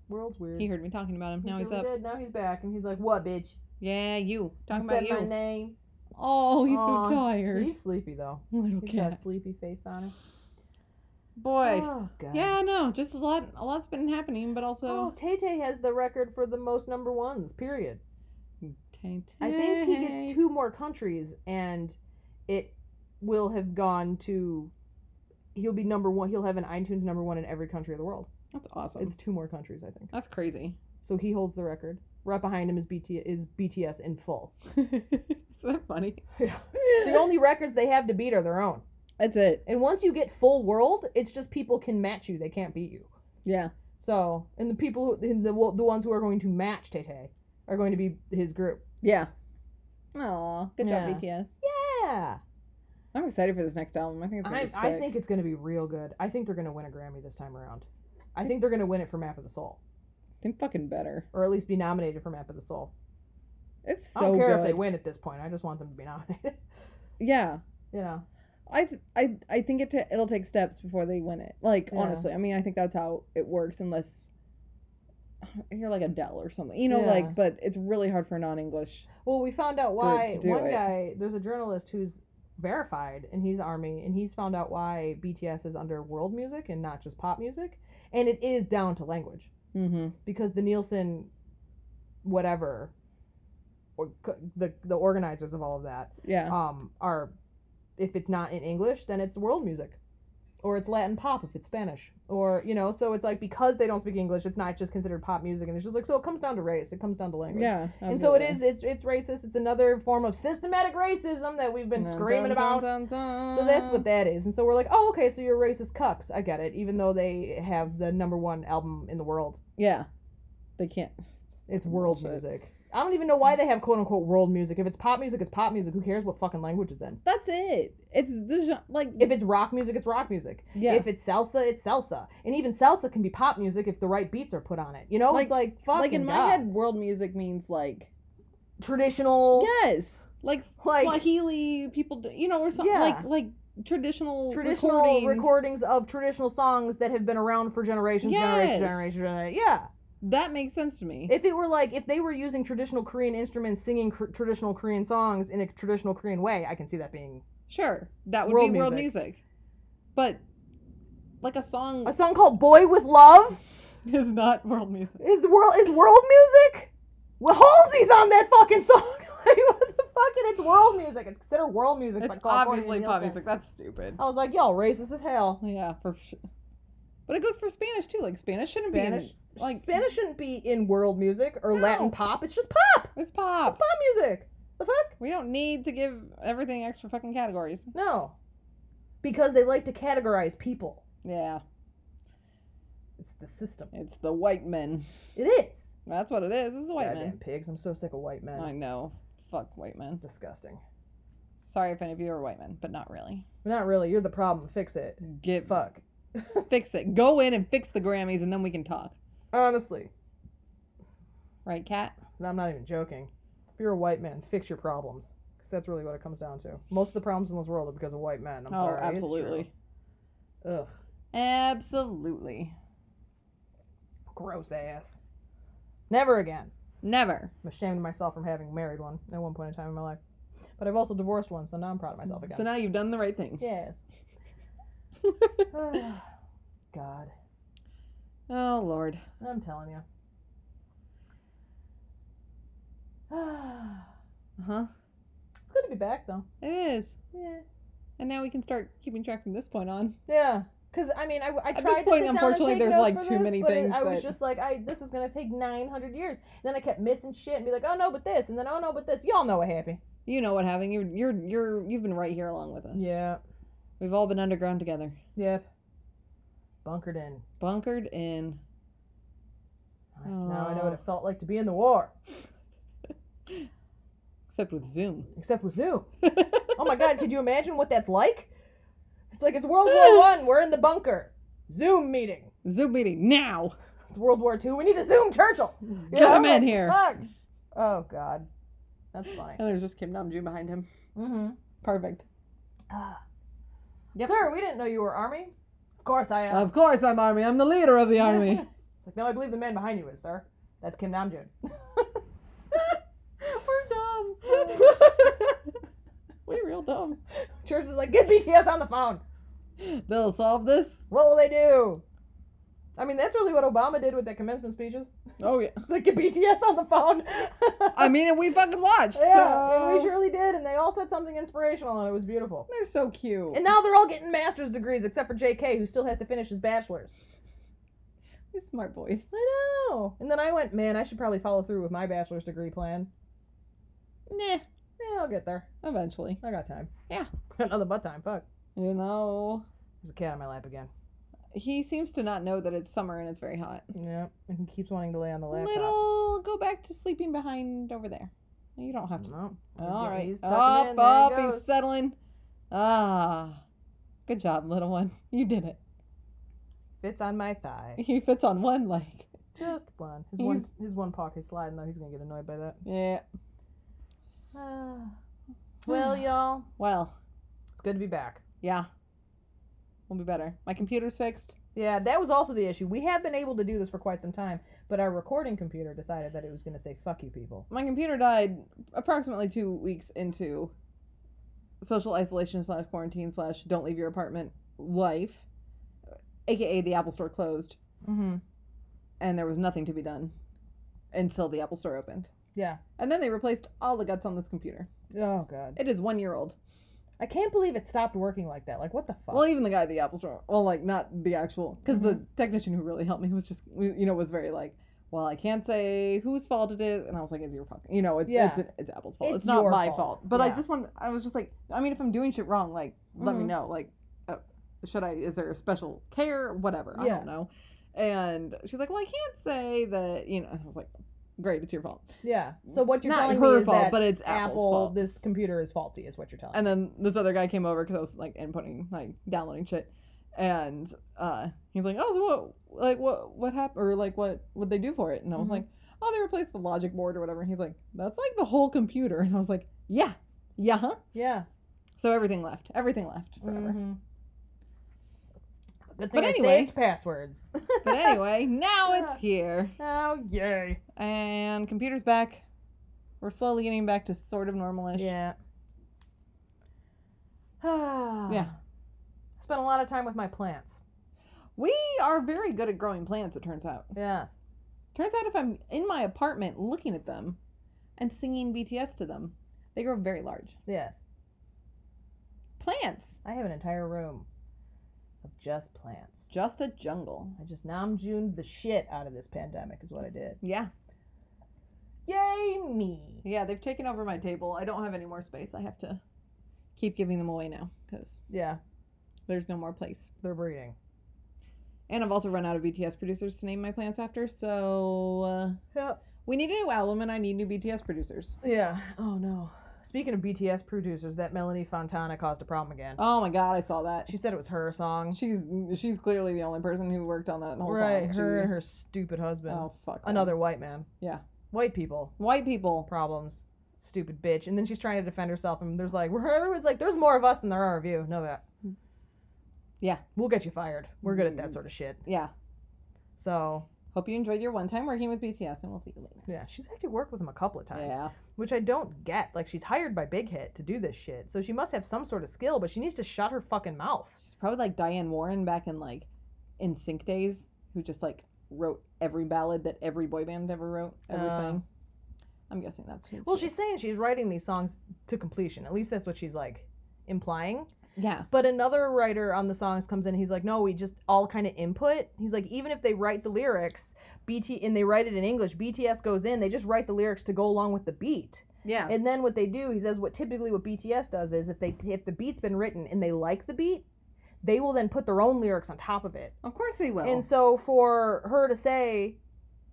S4: World's weird.
S3: he heard me talking about him
S4: He
S3: now he's
S4: sure
S3: up
S4: did. Now he's back and he's like, "What, bitch?
S3: yeah you talking
S4: said
S3: about you
S4: my name."
S3: oh he's
S4: Aw,
S3: so tired
S4: He's sleepy though.
S3: little
S4: He's got
S3: cat
S4: a sleepy face on him.
S3: boy
S4: Oh, God.
S3: Yeah, no, just a lot. A lot's been happening, but
S4: Oh,
S3: also.
S4: Tay Tay has the record for the most number ones, period.
S3: Tay
S4: I think he
S3: Tay.
S4: gets two more countries and it will have gone to he'll be number one he'll have an iTunes number one in every country of the world.
S3: That's awesome.
S4: It's two more countries, I think. [LAUGHS]
S3: That's crazy.
S4: So he holds the record. Right behind him is BT is BTS in full. [LAUGHS]
S3: Is that funny?
S4: The only records they have to beat are their own.
S3: That's it.
S4: And once you get full world, it's just people can match you. They can't beat you.
S3: Yeah.
S4: So, and the people, who, and the wo- the ones who are going to match Tay Tay are going to be his group.
S3: Yeah. Aw, good
S4: Yeah.
S3: job, BTS.
S4: Yeah,
S3: I'm excited for this next album. I think it's gonna
S4: I,
S3: be sick.
S4: I think it's going to be real good. I think they're going to win a Grammy this time around. I think they're going to win it for Map of the Soul,
S3: They fucking better.
S4: or at least be nominated for Map of the Soul.
S3: It's
S4: I
S3: so
S4: don't care if
S3: good.
S4: they win at this point. I just want them to be [LAUGHS] nominated.
S3: Yeah.
S4: you know,
S3: I th- I I think it ta it'll take steps before they win it. Like
S4: Yeah.
S3: honestly, I mean, I think that's how it works unless [SIGHS] you're like Adele or something. You know,
S4: Yeah.
S3: like but it's really hard for non-English.
S4: Well, we found out why
S3: to do
S4: one
S3: it.
S4: guy. There's a journalist who's verified, and he's army, and he's found out why BTS is under world music and not just pop music, and it is down to language
S3: Mm-hmm.
S4: because the Nielsen, whatever, or c- the the organizers of all of that,
S3: Yeah.
S4: um, are if it's not in English, then it's world music. Or it's Latin pop if it's Spanish. Or, you know, so it's like because they don't speak English, it's not just considered pop music. And it's just like, so it comes down to race. It comes down to language.
S3: yeah.
S4: And so it is. It's it's racist. It's another form of systematic racism that we've been screaming about. So that's what that is. And so we're like, oh, okay, so you're racist cucks. I get it. Even though they have the number one album in the world,
S3: yeah. They can't.
S4: it's world
S3: Bullshit.
S4: music. I don't even know why they have quote unquote world music. If it's pop music, it's pop music. Who cares what fucking language it's in?
S3: That's it. It's the gen- like
S4: If it's rock music, it's rock music.
S3: yeah.
S4: If it's salsa, it's salsa. And even salsa can be pop music if the right beats are put on it. You know, it's like fucking
S3: like in my
S4: God.
S3: head, world music means like
S4: traditional.
S3: yes, like,
S4: Like-
S3: Swahili people, do, you know, or something
S4: Yeah.
S3: like like traditional
S4: traditional
S3: recordings.
S4: recordings. of traditional songs that have been around for generations,
S3: Yes.
S4: generation, generation, generation. Yeah.
S3: That makes sense to me.
S4: If it were like if they were using traditional Korean instruments, singing cr- traditional Korean songs in a traditional Korean way, I can see that being
S3: Sure, that would
S4: World
S3: be world
S4: music.
S3: music. But like a song
S4: a song called "Boy with Love"
S3: [LAUGHS] is not world music.
S4: is world is world music. Well, Halsey's on that fucking song. [LAUGHS] like, what the fuck? And it's world music. It's considered world music.
S3: It's
S4: by California
S3: obviously pop
S4: Nielsen. Oh.
S3: music. That's stupid.
S4: I was like, y'all racist as hell.
S3: Yeah, for sure. But it goes for Spanish too. Like Spanish shouldn't
S4: Spanish,
S3: be in, like
S4: Spanish shouldn't be in world music or
S3: No.
S4: Latin pop. It's just pop.
S3: It's pop.
S4: It's pop music. The fuck?
S3: We don't need to give everything extra fucking categories.
S4: No. Because they like to categorize people.
S3: Yeah,
S4: It's the system.
S3: it's the white men.
S4: It is.
S3: That's what it is. It's the white
S4: Goddamn
S3: men.
S4: pigs. I'm so sick of white men.
S3: I know. Fuck white men.
S4: Disgusting.
S3: Sorry if any of you are white men, but not really.
S4: Not really. You're the problem. Fix it.
S3: Get
S4: Fuck.
S3: fix it. Go in and fix the Grammys, and then we can talk.
S4: Honestly.
S3: Right, Kat?
S4: And I'm not even joking. If you're a white man, fix your problems. Because that's really what it comes down to. Most of the problems in this world are because of white men. I'm
S3: oh,
S4: sorry. It's
S3: absolutely.
S4: true. Ugh.
S3: Absolutely.
S4: Gross ass. Never again.
S3: Never.
S4: I'm ashamed of myself from having married one at one point in time in my life. But I've also divorced one, so now I'm proud of myself again.
S3: So now you've done the right thing.
S4: [LAUGHS]
S3: [LAUGHS]
S4: Yes. [SIGHS] God,
S3: Oh Lord.
S4: I'm telling you. [SIGHS] it's
S3: Huh?
S4: good to be back though.
S3: Uh-huh. It is.
S4: Yeah.
S3: And now we can start keeping track from this point on.
S4: Yeah. Cause I mean, I, I
S3: this
S4: tried to
S3: point,
S4: sit down
S3: unfortunately,
S4: and take
S3: there's,
S4: notes
S3: like,
S4: for
S3: too
S4: this,
S3: many
S4: but it-
S3: things
S4: I was
S3: that-
S4: just like, I this is gonna take 900 years. And then I kept missing shit and be like, oh no, but this, and then oh no, but this. Y'all know what happened.
S3: You know what happened. You're you're you're you've been right here along with us.
S4: Yeah.
S3: We've all been underground together.
S4: Yep. Bunkered in.
S3: Bunkered in.
S4: I- Now I know
S3: Oh.
S4: what it felt like to be in the war,
S3: Except with [LAUGHS] Zoom.
S4: except with Zoom. Oh my god, could you imagine what that's like? It's like it's World
S3: [LAUGHS]
S4: War One. We're in the bunker. Zoom meeting.
S3: Zoom meeting now.
S4: It's World War Two. We need to Zoom Churchill. You
S3: Get
S4: know,
S3: him in
S4: like,
S3: here. Uh,
S4: fuck. Oh god, that's funny.
S3: And there's just Kim Namjoon behind him.
S4: Mm-hmm.
S3: Perfect.
S4: Ah.
S3: Yep.
S4: Sir, we didn't know you were army. Of course I am.
S3: Of course I'm army. I'm the leader of the [LAUGHS] army.
S4: It's like, no, I believe the man behind you is, sir. That's Kim Namjoon. [LAUGHS] we're dumb.
S3: We're real dumb.
S4: Church is like, get BTS on the phone.
S3: They'll solve this.
S4: What will they do? I mean, that's really what Obama did with the commencement speeches. [LAUGHS]
S3: Oh yeah.
S4: It's like get BTS on the phone.
S3: I mean, and we fucking watched.
S4: [LAUGHS] yeah, and we
S3: so-
S4: surely did, and they all said something inspirational, and it was beautiful.
S3: They're so cute.
S4: And now they're all getting master's degrees, except for J.K., who still has to finish his bachelor's.
S3: These smart boys.
S4: I know. And then I went, man, I should probably follow through with my bachelor's degree plan. Nah, yeah, I'll get there.
S3: Eventually.
S4: I got time.
S3: Yeah.
S4: [LAUGHS] Another butt time. Fuck.
S3: You know.
S4: There's a cat on my lap again.
S3: He seems to not know that it's summer and it's very hot.
S4: Yeah. And he keeps wanting to lay on the laptop.
S3: Little, go back to sleeping behind over there. You don't have to.
S4: No. He's
S3: All
S4: getting-
S3: right.
S4: he's tucking
S3: Up,
S4: in. There
S3: up.
S4: He
S3: he's
S4: goes.
S3: settling. Ah. Good job, little one. You did it.
S4: Fits on my [LAUGHS] thigh.
S3: He fits on one leg.
S4: Just one. His
S3: He's-
S4: one. His one pocket sliding though. He's gonna get annoyed by that.
S3: Yeah.
S4: [SIGHS] [SIGHS] well, y'all,
S3: Well,
S4: it's good to be back.
S3: yeah. We'll be better. My computer's fixed.
S4: Yeah, that was also the issue. We have been able to do this for quite some time, but our recording computer decided that it was gonna say "fuck you, people."
S3: My computer died approximately two weeks into social isolation slash quarantine slash don't leave your apartment life, aka the Apple Store closed,
S4: Mm-hmm.
S3: and there was nothing to be done until the Apple Store opened.
S4: Yeah.
S3: And then they replaced all the guts on this computer.
S4: Oh god.
S3: It is one year old.
S4: I can't believe it stopped working like that. Like, what the fuck? Mm-hmm.
S3: Well, even the guy at the Apple Store. Well, like not the actual, because the technician who really helped me was just, you know, was very like, well, I can't say whose fault it is, and I was like, it's your fault. You know, it's
S4: Yeah.
S3: it's, it's Apple's fault. It's,
S4: It's
S3: not
S4: your
S3: my fault.
S4: fault.
S3: But I
S4: Yeah.
S3: just want. I was just like, I mean, if I'm doing shit wrong, like, let me
S4: Mhm.
S3: know. Like, uh, should I? Is there a special care? Whatever. I
S4: Yeah.
S3: don't know. And she's like, well, I can't say that. You know, and I was like, great, it's your fault.
S4: yeah. So what you're
S3: not
S4: telling
S3: her
S4: me is
S3: fault,
S4: that
S3: but it's Apple's
S4: Apple,
S3: fault.
S4: this computer is faulty, is what you're telling.
S3: And
S4: me.
S3: then this other guy came over because I was like inputting, like downloading shit, and uh, he's like, "Oh, so what? Like, what? What happened? Or like, what would they do for it?" And I was
S4: Mhm.
S3: like, "Oh, they replaced the logic board or whatever." And he's like, "That's like the whole computer." And I was like, "Yeah, yeah, huh?"
S4: yeah.
S3: So everything left. Everything left forever.
S4: Mhm. Good
S3: But
S4: thing I
S3: anyway-
S4: saved passwords.
S3: But anyway, [LAUGHS] now it's here,
S4: [LAUGHS] oh yay.
S3: and computer's back. We're slowly getting back to sort of normalish.
S4: Yeah. [SIGHS] yeah. Spent a lot of time with my plants.
S3: We are very good at growing plants. It turns out.
S4: Yes.
S3: Turns out if I'm in my apartment looking at them and singing BTS to them, they grow very large.
S4: Yes.
S3: Plants.
S4: I have an entire room of just plants.
S3: Just a jungle.
S4: I just namjooned the shit out of this pandemic is what I did.
S3: Yeah.
S4: Yay me.
S3: Yeah, they've taken over my table. I don't have any more space. I have to keep giving them away now because
S4: Yeah,
S3: there's no more place.
S4: they're breeding.
S3: And I've also run out of BTS producers to name my plants after, so uh,
S4: Yep.
S3: we need a new album and I need new BTS producers.
S4: Yeah. Oh no. Speaking of BTS producers, that Melanie Fontana caused a problem again.
S3: Oh my god, I saw that.
S4: She said it was her song.
S3: She's she's clearly the only person who worked on that whole
S4: Right,
S3: song.
S4: her
S3: She-
S4: and her stupid husband.
S3: Oh fuck. them.
S4: Another white man.
S3: Yeah.
S4: White people.
S3: White people.
S4: problems. Stupid bitch. And then she's trying to defend herself, and there's like, [LAUGHS] everyone's like, there's more of us than there are of you. Know that.
S3: Hmm. Yeah. Hmm.
S4: We'll get you fired. We're good at that sort of shit.
S3: Yeah.
S4: So,
S3: Hope you enjoyed your one time working with BTS, and we'll see you later.
S4: yeah, she's actually worked with him a couple of times,
S3: Yeah.
S4: which I don't get. Like, she's hired by Big Hit to do this shit, so she must have some sort of skill, but she needs to shut her fucking mouth.
S3: She's probably like Diane Warren back in like in sync days, who just like wrote every ballad that every boy band ever wrote, ever
S4: Oh.
S3: sang. I'm guessing that's who it's
S4: Well,
S3: for.
S4: she's saying she's writing these songs to completion. At least that's what she's like implying.
S3: Yeah.
S4: But another writer on the songs comes in. He's like, no, we just all kind of input. He's like, even if they write the lyrics, BT and they write it in English, BTS goes in. They just write the lyrics to go along with the beat.
S3: Yeah.
S4: And then what they do, he says, what typically what BTS does is if they if the beat's been written and they like the beat, they will then put their own lyrics on top of it.
S3: of course they will.
S4: And so for her to say,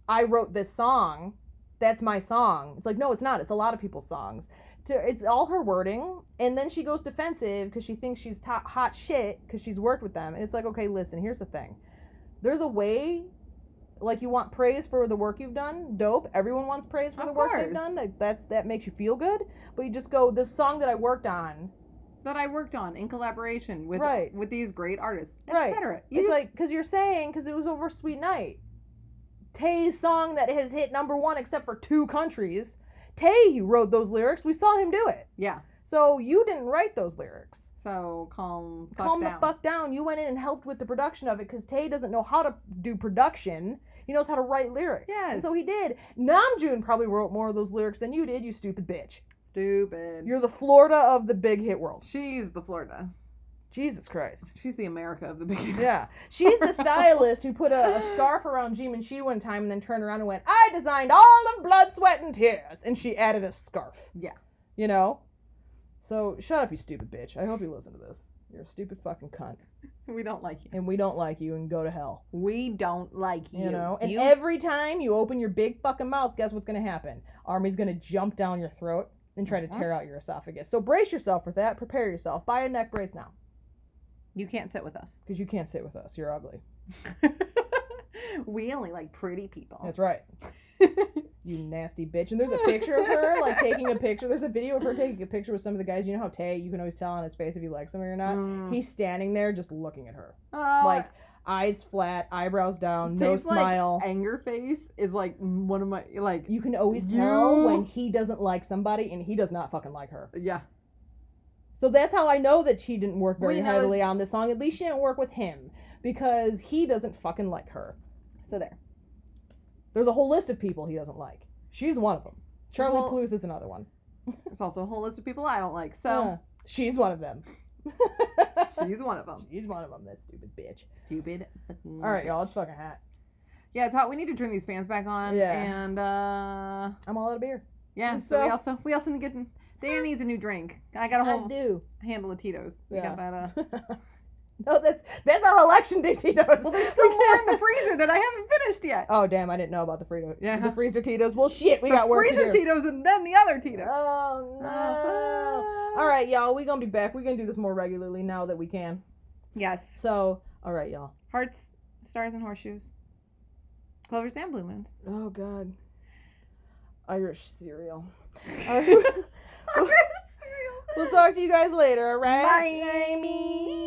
S4: I wrote this song, that's my song. It's like, no, it's not. It's a lot of people's songs. To- It's all her wording. And then she goes defensive because she thinks she's to- hot shit because she's worked with them. And it's like, okay, listen, here's the thing. There's a way, like, you want praise for the work you've done. Dope. Everyone wants praise for
S3: Of
S4: the work
S3: course.
S4: they've done. Like, that's, that makes you feel good. But you just go, this song that I worked on.
S3: that I worked on in collaboration with
S4: Right.
S3: with these great artists,
S4: Right.
S3: etc.
S4: it's like because you're saying because it was over Sweet Night, Tay's song that has hit number one except for two countries. Tay wrote those lyrics. We saw him do it.
S3: yeah.
S4: So you didn't write those lyrics.
S3: So calm. Fuck
S4: Calm
S3: down.
S4: the fuck down. You went in and helped with the production of it because Tay doesn't know how to do production. He knows how to write lyrics.
S3: Yes.
S4: And so he did. Namjoon probably wrote more of those lyrics than you did, you stupid bitch.
S3: Stupid.
S4: You're the Florida of the big hit world.
S3: She's the Florida.
S4: Jesus Christ.
S3: She's the America of the Big Air.
S4: Yeah. She's the stylist who put a, a scarf around Jim and she one time and then turned around and went, I designed all of blood, sweat, and tears. And she added a scarf.
S3: Yeah.
S4: You know? So shut up, you stupid bitch. I hope you listen to this. You're a stupid fucking cunt.
S3: [LAUGHS] We don't like you.
S4: And we don't like you and go to hell.
S3: We don't like
S4: You, know? And every time you open your big fucking mouth, guess what's going to happen? Army's going to jump down your throat and try to
S3: Mhm.
S4: tear out your esophagus. So brace yourself for that. Prepare yourself. Buy a neck brace now.
S3: you can't sit with us.
S4: Because you can't sit with us. You're ugly.
S3: [LAUGHS] we only like pretty people.
S4: That's right. [LAUGHS] you nasty bitch. And there's a picture of her, like taking a picture. There's a video of her taking a picture with some of the guys. You know how Tay, you can always tell on his face if he likes them or not.
S3: Mm.
S4: He's standing there just looking at her.
S3: Uh,
S4: Like, eyes flat, eyebrows down, no
S3: Tay's, like,
S4: smile.
S3: anger face is like m- one of my like
S4: you can always tell
S3: You-
S4: when he doesn't like somebody and he does not fucking like her.
S3: yeah.
S4: So that's how I know that she didn't work very
S3: We know-
S4: heavily on this song. At least she didn't work with him because he doesn't fucking like her.
S3: So there.
S4: There's a whole list of people he doesn't like. She's one of them. Charlie
S3: Well-
S4: Pluth is another one.
S3: There's also a whole list of people I don't like,
S4: Yeah.
S3: so
S4: Oh. she's one of them. [LAUGHS]
S3: she's one of them.
S4: she's one of them. That stupid bitch.
S3: Stupid.
S4: All right, y'all. It's fucking hot.
S3: Yeah, it's hot. We need to turn these fans back on.
S4: Yeah.
S3: And uh,
S4: I'm all out of beer.
S3: yeah.
S4: And
S3: So, we
S4: so-
S3: also we also need to get. Dan needs a new drink. I got a whole
S4: do.
S3: handle of Tito's. We
S4: Yeah.
S3: got that. Uh,
S4: [LAUGHS] no, that's that's our election day, Tito's.
S3: well, there's still more in the freezer that I haven't finished yet.
S4: [LAUGHS] Oh damn! I didn't know about the Frito.
S3: Yeah.
S4: The freezer Tito's. Well, shit. We
S3: the
S4: got work to
S3: freezer
S4: do.
S3: Tito's and then the other Tito's. Uh-huh.
S4: Oh no.
S3: fuck.
S4: all right, y'all. We gonna be back. We gonna do this more regularly now that we can.
S3: Yes.
S4: So, all right, y'all.
S3: Hearts, stars, and horseshoes. Clovers and blue moons.
S4: Oh god. Irish cereal. [LAUGHS] All right. We'll talk to you guys later, all right?
S3: Bye.